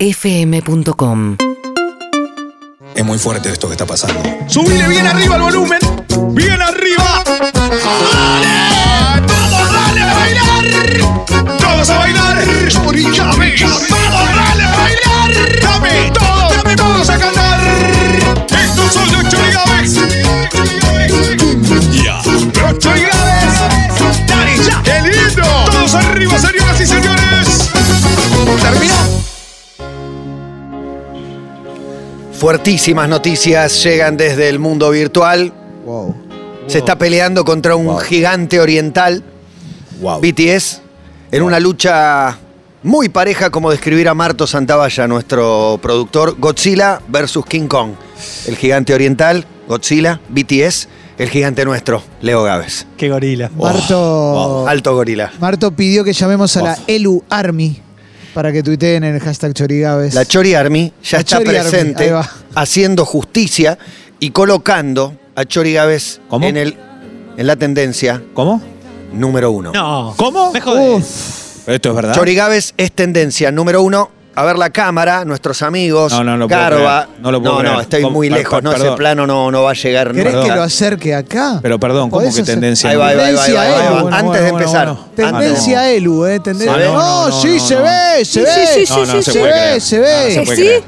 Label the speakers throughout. Speaker 1: urbanaplayfm.com
Speaker 2: Es muy fuerte esto que está pasando.
Speaker 3: Subile bien arriba el volumen. Bien arriba. ¡Dale! ¡Todos dale a bailar! ¡Todos a bailar! ¡Chame! ¡Todos dale a bailar! ¡Dame todo! ¡Dame todos a cantar! ¡Estos son los chorigaves!
Speaker 2: Ya.
Speaker 3: ¡Los chorigaves! ¡Dale ya! ¡Qué lindo! ¡Todos arriba, señoras y señores! ¿Terminó?
Speaker 4: Fuertísimas noticias llegan desde el mundo virtual. Se está peleando contra un gigante oriental,
Speaker 2: Wow.
Speaker 4: BTS, en una lucha muy pareja como describir a Marto Santavalla, nuestro productor. Godzilla versus King Kong. El gigante oriental, Godzilla, BTS, el gigante nuestro, Leo Gávez.
Speaker 5: Qué gorila.
Speaker 6: Marto,
Speaker 4: Alto gorila.
Speaker 6: Marto pidió que llamemos a la
Speaker 2: Ojo.
Speaker 6: ELU Army para que tuiteen en el hashtag Chorigaves.
Speaker 4: La Chori Army ya
Speaker 6: La
Speaker 4: está
Speaker 6: Chori Army, ahí
Speaker 4: presente
Speaker 6: va.
Speaker 4: haciendo justicia y colocando a Chori Gávez
Speaker 5: ¿Cómo?
Speaker 4: en, el, en la tendencia
Speaker 5: ¿Cómo?
Speaker 4: número uno.
Speaker 5: No. ¿Cómo? Me
Speaker 2: Uh.
Speaker 5: jodés.
Speaker 2: ¿Pero esto es verdad?
Speaker 4: Chori Gávez es tendencia número uno. A ver la cámara, nuestros amigos,
Speaker 2: No, no, no puedo
Speaker 4: Carva.
Speaker 2: creer. No lo puedo
Speaker 4: no,
Speaker 2: creer.
Speaker 4: estoy
Speaker 2: ¿Cómo?
Speaker 4: muy
Speaker 2: Per-
Speaker 4: lejos, no,
Speaker 2: per-
Speaker 4: ese
Speaker 2: perdón.
Speaker 4: plano no, no va a llegar.
Speaker 6: ¿Querés
Speaker 4: nunca.
Speaker 6: que lo acerque acá?
Speaker 2: Pero perdón, ¿cómo
Speaker 6: Podés
Speaker 2: que
Speaker 6: hacer-
Speaker 2: tendencia?
Speaker 4: Ahí va, ahí va, ahí va, ahí va, ahí va. Ah,
Speaker 6: Tendencia, eh. Bueno,
Speaker 4: Antes de
Speaker 5: bueno,
Speaker 4: empezar.
Speaker 5: bueno, bueno.
Speaker 6: Tendencia
Speaker 4: Ah,
Speaker 6: ELU, ¿eh? Tendencia.
Speaker 4: A ver.
Speaker 6: no,
Speaker 5: No, no,
Speaker 6: sí,
Speaker 5: no,
Speaker 6: se
Speaker 5: no.
Speaker 6: ve, se ve.
Speaker 7: sí, sí,
Speaker 2: No, no,
Speaker 7: sí,
Speaker 2: se
Speaker 7: sí.
Speaker 2: puede
Speaker 6: Se
Speaker 2: creer.
Speaker 6: ve, se
Speaker 2: No, no
Speaker 6: ve.
Speaker 2: se puede
Speaker 7: ¿Sí?
Speaker 2: creer.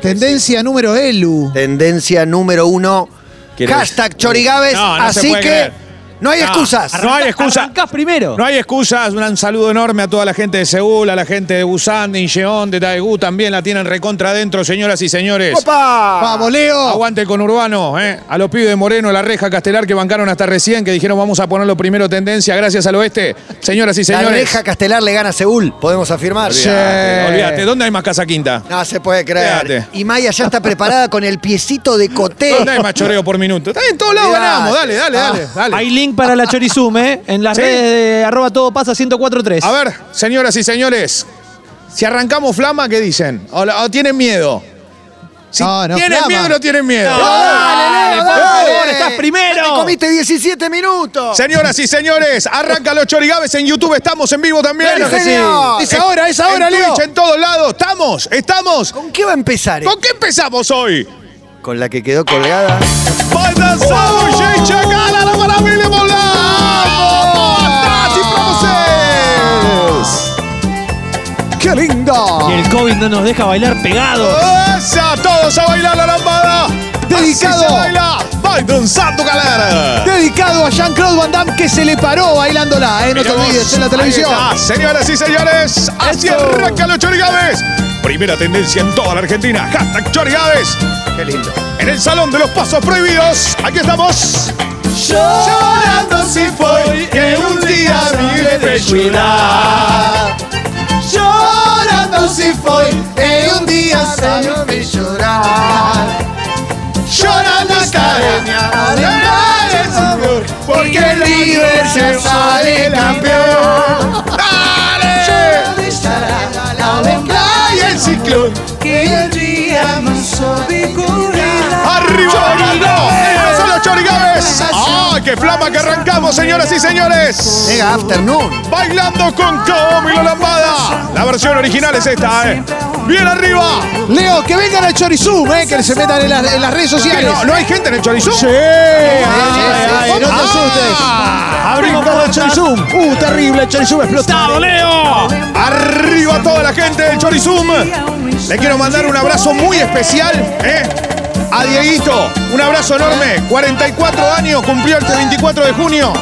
Speaker 6: Tendencia número ELU.
Speaker 4: Tendencia número uno.
Speaker 2: Quiero-
Speaker 4: Hashtag Chori Gávez.
Speaker 2: No, no se
Speaker 4: así que
Speaker 2: puede creer.
Speaker 4: no hay excusas.
Speaker 2: No hay excusa.
Speaker 5: Arrancás Ah, primero.
Speaker 2: No hay excusas, un saludo enorme a toda la gente de Seúl, a la gente de Busan, de Incheon, de Daegu, también la tienen recontra adentro, señoras y señores.
Speaker 4: ¡Opa!
Speaker 6: Vamos, Leo.
Speaker 2: Aguante el conurbano, ¿eh? a los pibes de Moreno, la reja castelar que bancaron hasta recién, que dijeron vamos a ponerlo primero tendencia, gracias al oeste. Señoras y
Speaker 4: La
Speaker 2: señores. eh,
Speaker 4: oreja castelar le gana a Seúl, podemos afirmar.
Speaker 5: eh.
Speaker 2: Olvídate, olvídate, ¿dónde hay más casa quinta?
Speaker 4: No se puede creer.
Speaker 2: Quédate.
Speaker 4: Y Maya ya está preparada con el piecito de coté.
Speaker 2: ¿Dónde hay más choreo por minuto? Está en todos lados
Speaker 4: Olvídate.
Speaker 2: ganamos, dale, dale,
Speaker 5: Ah.
Speaker 2: dale, dale.
Speaker 5: Hay link para la Chorizum, ¿eh? En las
Speaker 2: ¿Sí?
Speaker 5: redes de arroba todo pasa 1043.
Speaker 2: A ver, señoras y señores, si arrancamos flama, ¿qué dicen? ¿O, la- o tienen miedo? Si
Speaker 6: No, no,
Speaker 2: ¿Tienen
Speaker 6: Flama.
Speaker 2: miedo o no tienen miedo?
Speaker 5: dale, Leo, dale.
Speaker 4: ¡Dale!
Speaker 5: estás primero.
Speaker 4: Ya te comiste 17 minutos.
Speaker 2: Señoras y señores, arranca los Chorigaves en YouTube, estamos en vivo también.
Speaker 4: Claro que sí.
Speaker 6: Es ahora, es
Speaker 2: En
Speaker 6: ahora,
Speaker 2: Twitch,
Speaker 6: Leo.
Speaker 2: en todos lados, estamos, estamos.
Speaker 4: ¿Con qué va a empezar? eh?
Speaker 2: ¿Con qué empezamos hoy? ¡Oh,
Speaker 4: Con la que quedó colgada.
Speaker 2: Balançado, gente, a galera maravilha, bolado! Boa tarde pra vocês!
Speaker 6: ¡Qué lindo!
Speaker 5: Y el COVID no nos deja bailar pegados.
Speaker 2: Essa, todos a bailar a lambada!
Speaker 6: Dedicado.
Speaker 2: Assim se baila. Vai dançando, galera!
Speaker 6: Dedicado a Jean-Claude Van Damme que se le paró bailándola, ¿eh? No te
Speaker 2: Mirá vos,
Speaker 6: olvides, en la
Speaker 2: ahí
Speaker 6: televisión.
Speaker 2: está, señoras y señores, así
Speaker 6: Eso.
Speaker 2: arranca los Chorigaves. Primera tendencia en toda la Argentina. Hashtag Chorigaves.
Speaker 4: Qué lindo.
Speaker 2: En el Salón de los Pasos Prohibidos. Aquí estamos.
Speaker 3: Llorando si fue que un día mi debe llorar. Llorando si fue que un día salió de llorar. Llorando está de señor, porque el River se sale campeón. Dale. Y el ciclón que el día nos ocurrirá.
Speaker 2: Arriba bailando. Esos son los Chorigaves. ¡Ah, qué flama que arrancamos, señoras y señores!
Speaker 4: Mega afternoon.
Speaker 2: Bailando con Camilo Lambada. La versión original es esta, ¿eh? Bien arriba.
Speaker 6: Leo, que vengan al Chorizum, ¿eh? Que se metan en, las- en las redes
Speaker 2: ¿Qué,
Speaker 6: sociales.
Speaker 2: ¿No, no hay gente en el Chorizum? Sí. Ah.
Speaker 6: ay, no te asustes.
Speaker 2: Abrimos por el
Speaker 6: Chorizum. Uh, terrible, el Chorizum explotado.
Speaker 2: Leo! Arriba toda la gente del Chorizum. Le quiero mandar un abrazo muy especial, ¿eh? A Dieguito, un abrazo enorme. 44 años, cumplió este 24 de junio.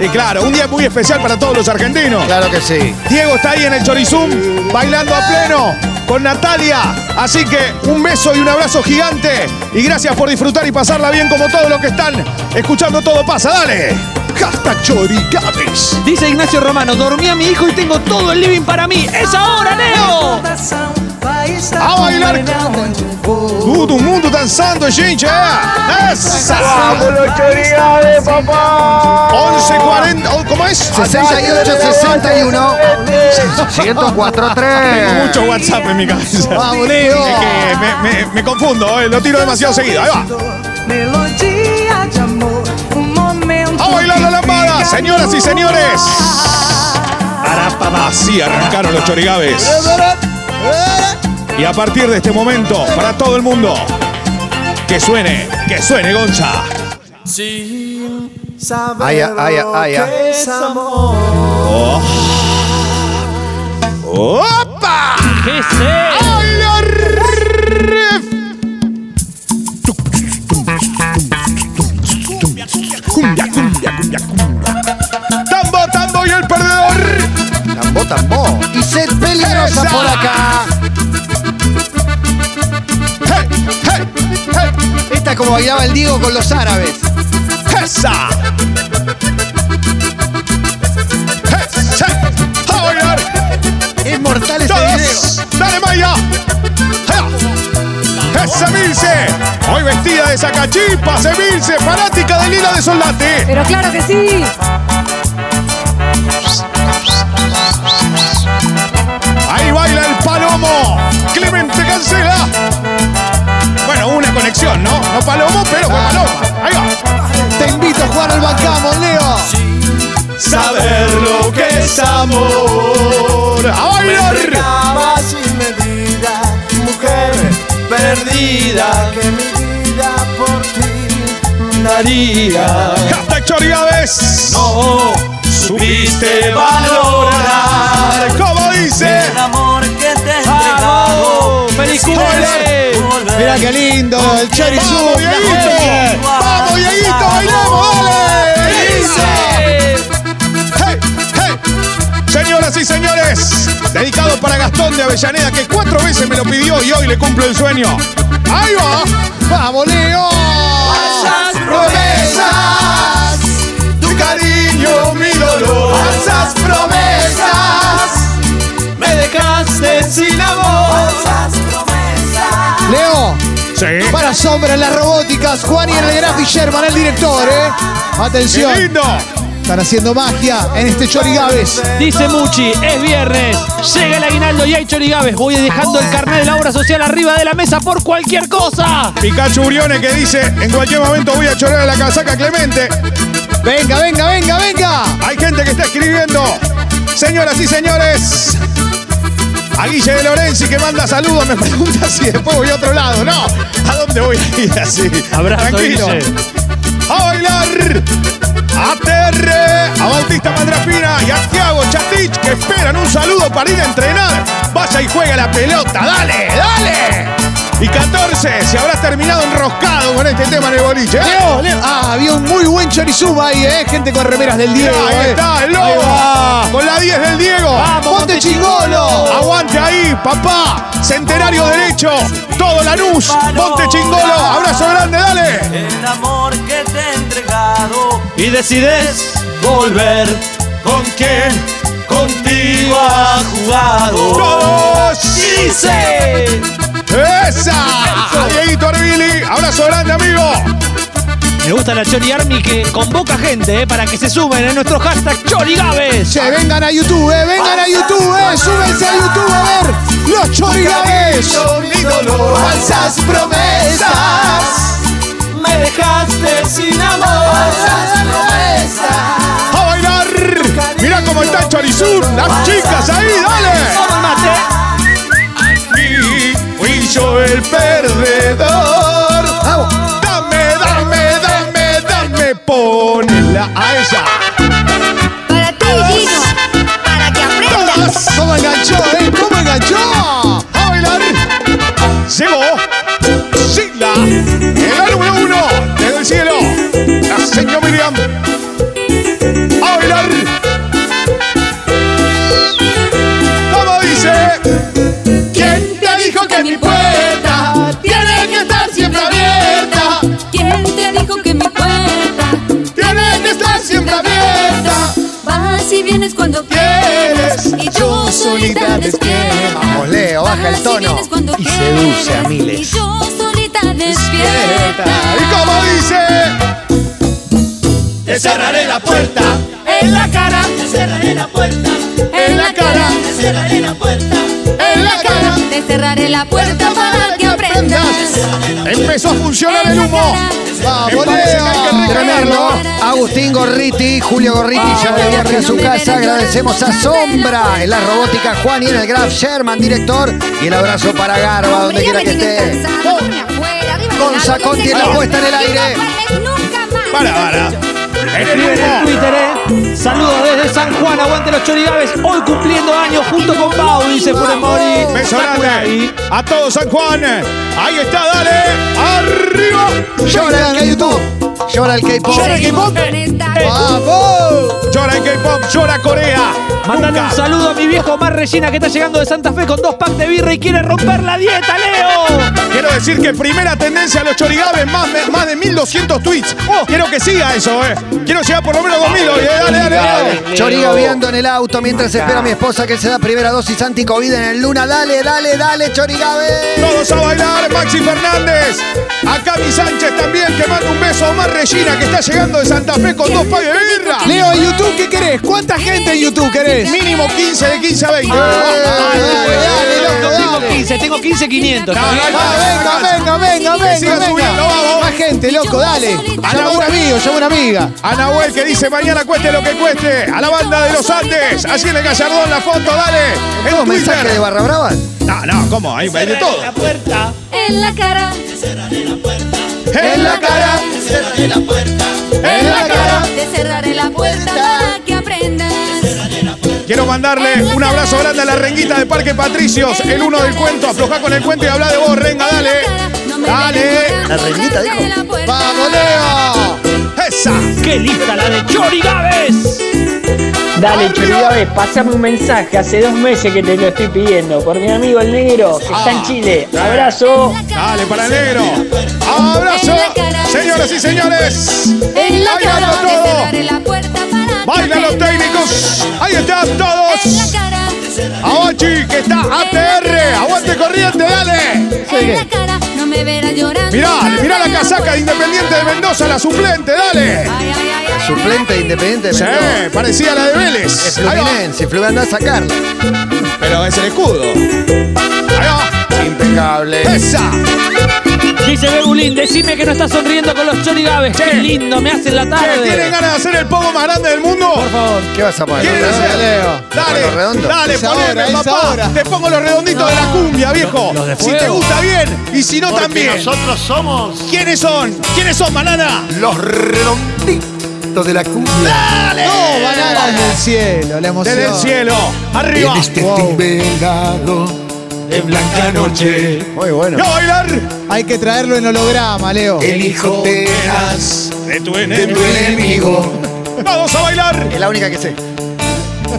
Speaker 2: Y claro, un día muy especial para todos los argentinos.
Speaker 4: Claro que sí.
Speaker 2: Diego está ahí en el Chorizum, bailando a pleno con Natalia. Así que un beso y un abrazo gigante. Y gracias por disfrutar y pasarla bien como todos los que están escuchando Todo Pasa. Dale. Hashtag Chorigames.
Speaker 5: Dice Ignacio Romano, dormí a mi hijo y tengo todo el living para mí. ¡Es ahora, Leo!
Speaker 2: A bailar. Todo mundo dançando, gente. ¿eh? é. Essa. Vamos, Chorigade, papá. 11.40. oh, ¿Cómo es?
Speaker 4: 68, 61. 104, 3.
Speaker 2: Tengo mucho WhatsApp en mi cabeza.
Speaker 6: Vamos, Leo.
Speaker 2: Es que me, me- me confundo, eh, lo tiro demasiado seguido. Ahí va.
Speaker 8: Melodía de amor, un momento.
Speaker 2: A bailar la lambada, señoras y señores.
Speaker 8: señores.
Speaker 2: Así arrancaron los chorigaves. Y a partir de este momento, para todo el mundo, que suene, que suene Gonza.
Speaker 4: Ay, ay, ay, ay, ay.
Speaker 2: ¡Opa!
Speaker 5: ¿Qué es eso?
Speaker 2: ¡Hola, ref! Cumbia, cumbia, cumbia, cumbia. Tambo, tambo y el perdedor.
Speaker 4: Tambo, tambo. Y sed peligrosa
Speaker 2: Esa.
Speaker 4: por acá.
Speaker 2: ¡Hey, hey, hey!
Speaker 4: Esta es como bailaba el Diego con los árabes.
Speaker 2: ¡Esa! ¡Esa! ¡A bailar!
Speaker 4: Es mortal
Speaker 6: este
Speaker 4: ese video.
Speaker 2: ¡Todos! ¡Dale, Maya! ¡Ja! ¡Esa Emilce! Hoy vestida de sacachipas, Emilce, fanática de Lila de Soldate.
Speaker 8: Pero claro que sí.
Speaker 2: Ahí baila el palomo. Clemente cancela. Bueno, una conexión, ¿no? No palomo, pero fue paloma. Ahí va.
Speaker 6: Te invito a jugar al bancamos, Leo.
Speaker 2: Saber lo que es amor. A bailar.
Speaker 1: sin medida, mujer perdida, que mi vida por ti daría.
Speaker 2: Hashtag Chorigaves.
Speaker 1: No supiste valorar
Speaker 2: ¿Cómo dice?
Speaker 1: el amor que te he
Speaker 2: Ah,
Speaker 1: entregado.
Speaker 5: ¡Vamos! ¡Feliz cumple!
Speaker 1: Volver
Speaker 6: Mirá qué lindo, el
Speaker 2: ¡Vamos,
Speaker 6: Chorizum. la gente.
Speaker 2: Dieguito! ¡Vamos, Dieguito! ¡Bailamos! ¡Dale! Hey, hey. Señoras y señores, dedicado para Gastón de Avellaneda, que cuatro veces me lo pidió y hoy le cumplo el sueño. ¡Ahí va! ¡Vamos, Leo!
Speaker 1: Falsas promesas,
Speaker 2: tu cariño, mi dolor.
Speaker 1: Falsas promesas,
Speaker 5: ¡Me dejaste sin amor!
Speaker 1: falsas promesas.
Speaker 6: Leo,
Speaker 2: Sí.
Speaker 6: para sombra en las robóticas, Juan y el Graf y Sherman, el director, ¿eh?
Speaker 2: ¡Qué
Speaker 6: Atención,
Speaker 2: lindo!
Speaker 6: están haciendo magia en este Chorigaves.
Speaker 5: Dice Muchi, es viernes, llega el aguinaldo y hay chorigaves. Voy dejando el carnet de la obra social arriba de la mesa por cualquier cosa.
Speaker 2: Pikachu Urione que dice, en cualquier momento voy a chorar a la casaca Clemente.
Speaker 6: Venga, venga, venga, venga.
Speaker 2: Hay gente que está escribiendo. Señoras y señores. A Guille de Lorenzi que manda saludos me pregunta si después voy a otro lado. No, ¿a dónde voy a ir así?
Speaker 5: Abrazo,
Speaker 2: Tranquilo.
Speaker 5: Guille.
Speaker 2: A bailar. A Terre, a Bautista Mandrapina y a Tiago Chatich que esperan un saludo para ir a entrenar. Vaya y juega la pelota, dale, dale. Y 14, se habrá terminado enroscado con este tema en el boliche. ¿eh?
Speaker 6: Leo, Leo. Ah, había un muy buen Chorizum ahí, ¿eh? Gente con remeras del Diego.
Speaker 2: Ahí
Speaker 6: eh.
Speaker 2: está, el
Speaker 6: Ahí va.
Speaker 2: lobo. Con la 10 del Diego.
Speaker 6: ¡Ponte chingolo!
Speaker 2: Aguante ahí, papá. Centenario derecho. Todo Lanús. Ponte chingolo. Abrazo grande, dale.
Speaker 1: El amor que te he entregado
Speaker 5: Y decides.
Speaker 1: volver con quien contigo ha jugado.
Speaker 2: Todos.
Speaker 5: Dice.
Speaker 2: Esa. A Dieguito Arbili. Abrazo grande, amigo.
Speaker 5: Me gusta la Chori Army que convoca gente eh, para que se sumen a nuestro hashtag Chorigaves.
Speaker 6: Che, vengan a YouTube, eh, vengan a YouTube, eh, súbense a YouTube a ver los chorigaves.
Speaker 1: Mi dolor, falsas promesas. Me dejaste sin amor, falsas promesas.
Speaker 2: A bailar. Mirá cómo está el Chorizum. Las chicas ahí, dale.
Speaker 5: Toma el mate.
Speaker 2: Y fui yo el perdedor. Dame, dame, dame, dame. Ponela a ella.
Speaker 7: Para ti, Gino. Para que aprendas.
Speaker 6: ¿Cómo enganchó, eh? ¿Cómo enganchó?
Speaker 2: a bailar. Llegó Sigla, el número uno desde el cielo, la señora Miriam. A bailar. Como dice, ¿quién te dijo que mi puerta tiene que estar siempre abierta?
Speaker 9: ¿Quién te dijo que mi puerta
Speaker 2: Tiene que estar siempre abierta.
Speaker 9: vas y vienes cuando
Speaker 2: Quieres
Speaker 9: quieres? Y yo solita despierta.
Speaker 4: Vamos, Leo, baja el
Speaker 9: Vas y
Speaker 4: tono.
Speaker 9: vienes cuando
Speaker 4: Y seduce a
Speaker 9: quieres,
Speaker 4: miles.
Speaker 9: Y yo solita despierta.
Speaker 2: Y como dice.
Speaker 1: Te cerraré la puerta en la cara, te cerraré la puerta en la cara, te cerraré la puerta.
Speaker 9: Te cerraré la puerta para que aprendas.
Speaker 2: Empezó a funcionar el humo.
Speaker 6: Vamos,
Speaker 2: Me parece que hay que
Speaker 6: Leo.
Speaker 2: recargarlo.
Speaker 4: Agustín Gorriti, Julio Gorriti, ya
Speaker 6: Vamos,
Speaker 4: volvió a su
Speaker 9: Gorriti.
Speaker 4: casa. Agradecemos a Sombra en la robótica Juan y en el Graf Sherman, director. Y el abrazo para Garba, donde quiera que esté. Con Sacón tiene la puesta en el aire.
Speaker 2: Para, para. En el
Speaker 5: En
Speaker 2: humo.
Speaker 5: Twitter, ¿eh? Saludos desde San Juan, aguante los chorigaves. Hoy cumpliendo años junto con Pau, dice por Mori.
Speaker 2: Beso grande. A todos, San Juan. Ahí está, dale. Arriba.
Speaker 4: Llora el K-pop. Llora el K-pop.
Speaker 6: Vamos.
Speaker 2: Llora el K-pop, llora Corea.
Speaker 5: Mandale un
Speaker 2: Nunca.
Speaker 5: saludo a mi viejo Mar Regina que está llegando de Santa Fe con dos packs de birra y quiere romper la dieta, Leo.
Speaker 2: Quiero decir que primera tendencia a los chorigaves, más, más de 1200 tweets. Oh, Quiero que siga eso, eh. Quiero llegar por lo menos 2000 hoy, eh. Dale, dale, dale.
Speaker 4: Choriga viendo en el auto mientras espera a mi esposa que se da primera dosis anti-COVID en el Luna. Dale, dale, dale, Chorigabe.
Speaker 2: Todos a bailar, Maxi Fernández. A Cami Sánchez también, que manda un beso a Omar Regina, que está llegando de Santa Fe con dos pagos de birra.
Speaker 6: Leo, ¿en YouTube qué querés? ¿Cuánta gente en YouTube querés?
Speaker 2: Mínimo 15 de 15 a 20.
Speaker 6: Ah. Dale, dale, loco,
Speaker 5: Tengo
Speaker 6: dale.
Speaker 5: 15, tengo 15, 500.
Speaker 2: No, no hay
Speaker 6: Ah, Venga, venga, venga, venga,
Speaker 2: siga subiendo,
Speaker 6: venga.
Speaker 2: vamos.
Speaker 6: Más gente, loco, dale. Llama a un amigo, llama a una amiga.
Speaker 2: A Nahuel que dice mañana cueste lo que cueste. A la banda de los Andes. Así en el Gallardón la foto, dale. En
Speaker 4: ¿Tengo
Speaker 2: Twitter.
Speaker 4: mensaje de Barra Brava?
Speaker 2: No, no, ¿cómo? Hay hay de todo.
Speaker 9: En la cara,
Speaker 2: En la cara,
Speaker 1: Cerraré la puerta.
Speaker 2: en la cara.
Speaker 9: te cerraré la puerta para que aprendas.
Speaker 2: Quiero mandarle un abrazo grande a la renguita de Parque Patricios, el uno del cuento. Aflojá con el cuento y habla de vos, renga, dale. Dale.
Speaker 4: La reinita dijo.
Speaker 6: ¡Vamos, Leo!
Speaker 2: Esa.
Speaker 5: ¡Qué lista la de Chorigaves!
Speaker 2: Dale,
Speaker 10: Chorigabe, pasame un mensaje. Hace dos meses que te lo estoy pidiendo. Por mi amigo el negro, que Ah, está en Chile. Abrazo.
Speaker 2: Dale, para el negro. Abrazo. Señoras y señores.
Speaker 9: En la
Speaker 2: Bailando
Speaker 9: cara, te
Speaker 2: todo.
Speaker 9: cerraré la puerta para que
Speaker 2: Bailan los
Speaker 9: aprendas.
Speaker 2: técnicos. Ah, Ahí están
Speaker 9: En la
Speaker 2: todos.
Speaker 9: cara,
Speaker 2: Abachi, que está ATR. Aguante corriente, dale.
Speaker 9: en la cara, no me verás llorando.
Speaker 2: Mirá,
Speaker 9: Cerraré
Speaker 2: mirá la casaca de
Speaker 9: puerta.
Speaker 2: Independiente de Mendoza, la suplente, dale.
Speaker 9: Ay, ay, ay, ay,
Speaker 4: Suplente
Speaker 9: ay,
Speaker 4: independiente de
Speaker 2: Sí,
Speaker 4: Mendoza.
Speaker 2: parecía la de Vélez.
Speaker 4: Es
Speaker 2: Ahí va.
Speaker 4: Fluminense, Flu anda a sacarla.
Speaker 2: Pero es el escudo. Ahí va.
Speaker 4: Impecable.
Speaker 2: Esa. Eh,
Speaker 5: Dice Begulín, decime que no estás sonriendo con los Chorigaves. ¡Qué lindo! Me hacen la
Speaker 2: ¿Que ¿Tienen
Speaker 5: tarde.
Speaker 2: ganas de hacer el pogo más grande del mundo?
Speaker 5: Por favor.
Speaker 4: ¿Qué vas a poner?
Speaker 2: ¿Quieren
Speaker 4: Redondo?
Speaker 2: hacer?
Speaker 6: Leo.
Speaker 4: Bueno,
Speaker 2: Dale,
Speaker 4: redondo.
Speaker 2: dale,
Speaker 6: Es
Speaker 2: poneme,
Speaker 6: ahora, es
Speaker 2: papá.
Speaker 6: ahora.
Speaker 2: Te pongo los redonditos de la cumbia, viejo.
Speaker 5: los de
Speaker 2: si te
Speaker 5: fuego.
Speaker 2: gusta bien y si no
Speaker 1: Porque
Speaker 2: también.
Speaker 1: nosotros somos
Speaker 2: ¿Quiénes son? ¿Quiénes son, banana?
Speaker 4: Los redonditos de la cumbia.
Speaker 6: No, banana desde el cielo, la emoción.
Speaker 2: Desde el cielo. Arriba.
Speaker 6: Wow.
Speaker 1: de blanca noche.
Speaker 4: Muy bueno.
Speaker 2: ¡No bailar!
Speaker 6: Hay que traerlo en holograma, Leo.
Speaker 1: Elijo verás
Speaker 2: De tu
Speaker 1: de tu enemigo.
Speaker 2: Vamos a bailar.
Speaker 4: Es la única que sé.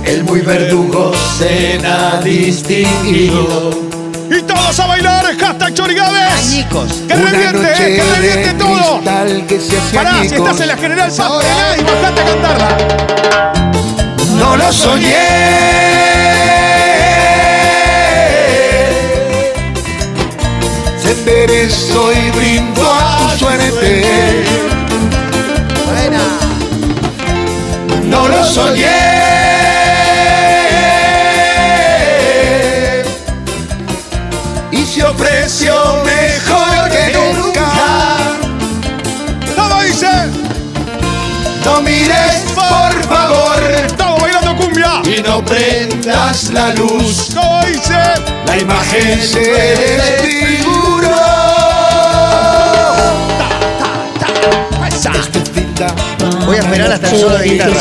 Speaker 1: El muy verdugo será distinguido.
Speaker 2: Y todos a bailar. Hashtag Chorigaves.
Speaker 4: Añicos.
Speaker 2: Que reviente, eh, que reviente todo.
Speaker 1: que se hace
Speaker 2: Pará, si estás en la General Paz, frená y bajate a cantarla.
Speaker 1: No lo soñé. Se enderezó y brindó a tu suerte. No lo soñé. Y se ofreció mejor que nunca.
Speaker 2: Todo dice.
Speaker 1: No mires, por favor.
Speaker 2: Estamos bailando cumbia.
Speaker 1: Y no prendas la luz.
Speaker 2: Todo dice.
Speaker 1: La imagen se desfiguró.
Speaker 4: Voy a esperar hasta el solo de guitarra.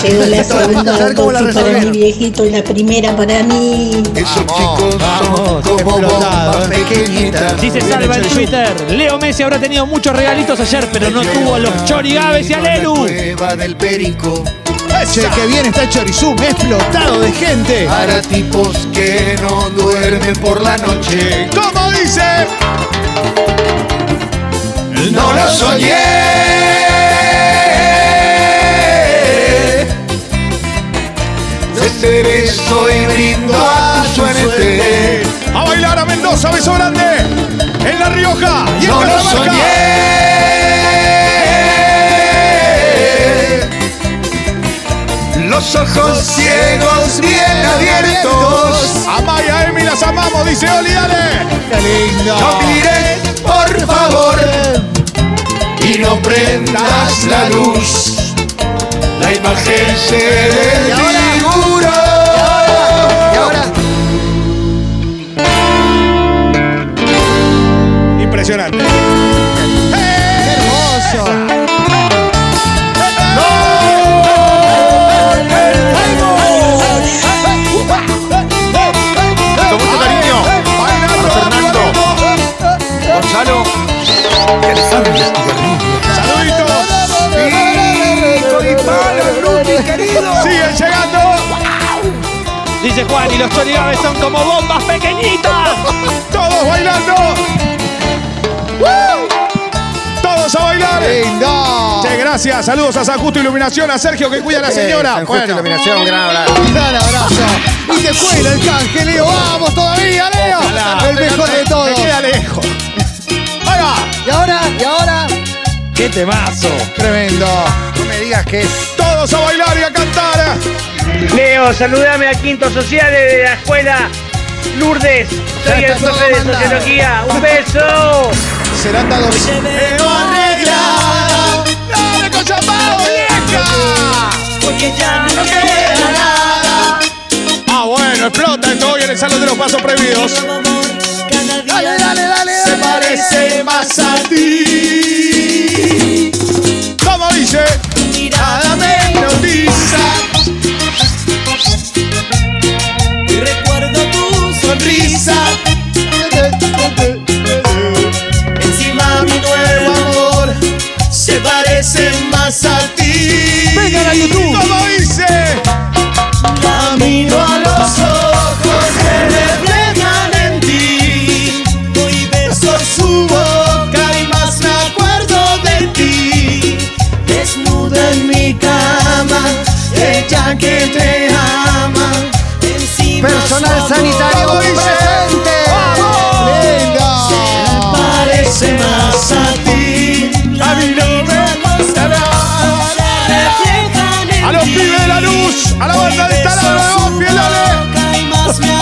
Speaker 4: A ver cómo la resolvieron.
Speaker 10: viejito y la primera para mí.
Speaker 1: Esos chicos son como bombas
Speaker 4: ¿eh?
Speaker 1: pequeñitas.
Speaker 5: Dice Salva en Twitter, Leo Messi habrá tenido muchos regalitos ayer, pero no tuvo a los Chorigaves y a Lelu.
Speaker 1: Cueva del perico
Speaker 6: Che, qué bien está el chorizum, explotado de gente.
Speaker 1: para tipos que no duermen por la noche.
Speaker 2: Como dice.
Speaker 1: No lo soñé. Seré soy brindo a tu
Speaker 6: este
Speaker 1: suerte.
Speaker 2: A bailar a Mendoza, beso grande. En La Rioja y en
Speaker 1: No lo
Speaker 2: Catamarca.
Speaker 1: soñé. Los ojos ciegos bien abiertos.
Speaker 2: A Maya Emi las amamos, dice Oli, dale.
Speaker 6: Qué lindo.
Speaker 1: No mires, por favor. no prendas la luz, la imagen se desfigura.
Speaker 2: Impresionante.
Speaker 6: Hermoso.
Speaker 2: Con mucho cariño. Fernando.
Speaker 4: Gonzalo.
Speaker 2: Saluditos. Siguen llegando.
Speaker 5: Dice Juan, y los chorigaves son como bombas pequeñitas.
Speaker 2: Todos bailando. Todos a bailar.
Speaker 6: Lindo.
Speaker 2: Che, gracias. Saludos a San Justo Iluminación, a Sergio que cuida a la señora.
Speaker 4: San Justo
Speaker 2: Bueno.
Speaker 4: Iluminación, un gran abrazo.
Speaker 6: Gran abrazo. Y te cuela el canje, Leo. Vamos todavía, Leo. El mejor de
Speaker 2: Me
Speaker 6: todos.
Speaker 2: queda lejos.
Speaker 6: Y ahora, y ahora.
Speaker 5: ¡Qué temazo!
Speaker 6: Tremendo.
Speaker 4: No me digas que es.
Speaker 2: Todos a bailar y a cantar.
Speaker 10: Leo, saludame a Quinto Sociales de la escuela Lourdes. Soy el profe de Sociología. ¡Un beso!
Speaker 6: Será hasta dos.
Speaker 2: ¡Dale con chapado, vieja! Ah, bueno, explota esto hoy en el Salón de los Pasos Prohibidos.
Speaker 6: Dale, dale, dale.
Speaker 2: Se
Speaker 6: dale.
Speaker 2: parece más a ti. Como dice, nada me hipnotiza.
Speaker 1: Recuerdo tu
Speaker 2: Sonrisa,
Speaker 1: Encima mi nuevo amor se parece más a ti.
Speaker 6: Vengan a YouTube.
Speaker 2: como dice.
Speaker 1: Camino a los ojos que reflejan en ti. Hoy beso su boca y más me acuerdo de ti. Desnuda en mi cama, ella que te ama. Encima
Speaker 4: Personal
Speaker 1: su amor
Speaker 4: sanitario
Speaker 6: Presente. Lindo.
Speaker 1: parece más a ti. A mí no me gustará.
Speaker 2: A los pibes de la luz, a la banda de Talado, pielale.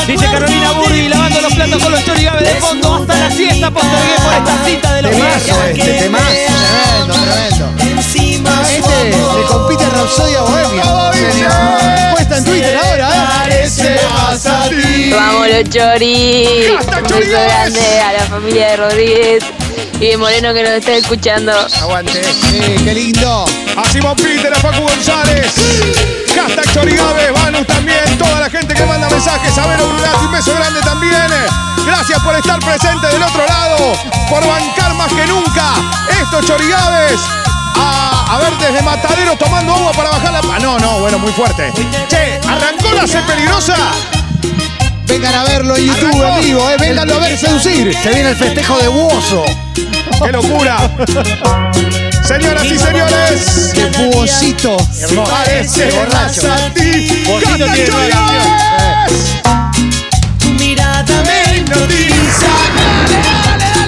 Speaker 5: Dice Carolina Burdi lavando los platos con los chorigaves de fondo hasta la siesta postergué por esta cita de los
Speaker 4: Temazo
Speaker 5: viernes.
Speaker 4: este, temazo.
Speaker 6: Tremendo, tremendo.
Speaker 1: Encima su
Speaker 6: Este le compite a Rapsodia Bohemia. Puesta en Twitter ahora, ¿eh?
Speaker 1: parece más a ti.
Speaker 11: Vamos los choris.
Speaker 2: ¡Basta,
Speaker 11: Un
Speaker 2: choris!
Speaker 11: beso grande a la familia de Rodríguez y de Moreno que nos está escuchando.
Speaker 4: Aguante.
Speaker 6: Sí, qué lindo.
Speaker 2: A Simón Peter, a Paco González. Hashtag Chorigabe, Vanus también, toda la gente que manda mensajes, a Vero Brunati, un beso grande también. Gracias por estar presente del otro lado, por bancar más que nunca estos Chorigaves. A, a ver, desde Matadero tomando agua para bajar la... Ah, no, no, bueno, muy fuerte. Che, ¿arrancó la C peligrosa?
Speaker 6: Vengan a verlo en YouTube
Speaker 2: Arrancó.
Speaker 6: en vivo, ¿eh? Venganlo a ver seducir.
Speaker 4: Se viene el festejo de Buoso.
Speaker 2: ¡Qué locura! Señoras y señores,
Speaker 6: Qué jugosito. Ah,
Speaker 2: parece borracho. a ti.
Speaker 5: Vosito
Speaker 2: Canta
Speaker 5: tiene nueva
Speaker 2: Chorigaves.
Speaker 1: Tu mirada me hipnotiza.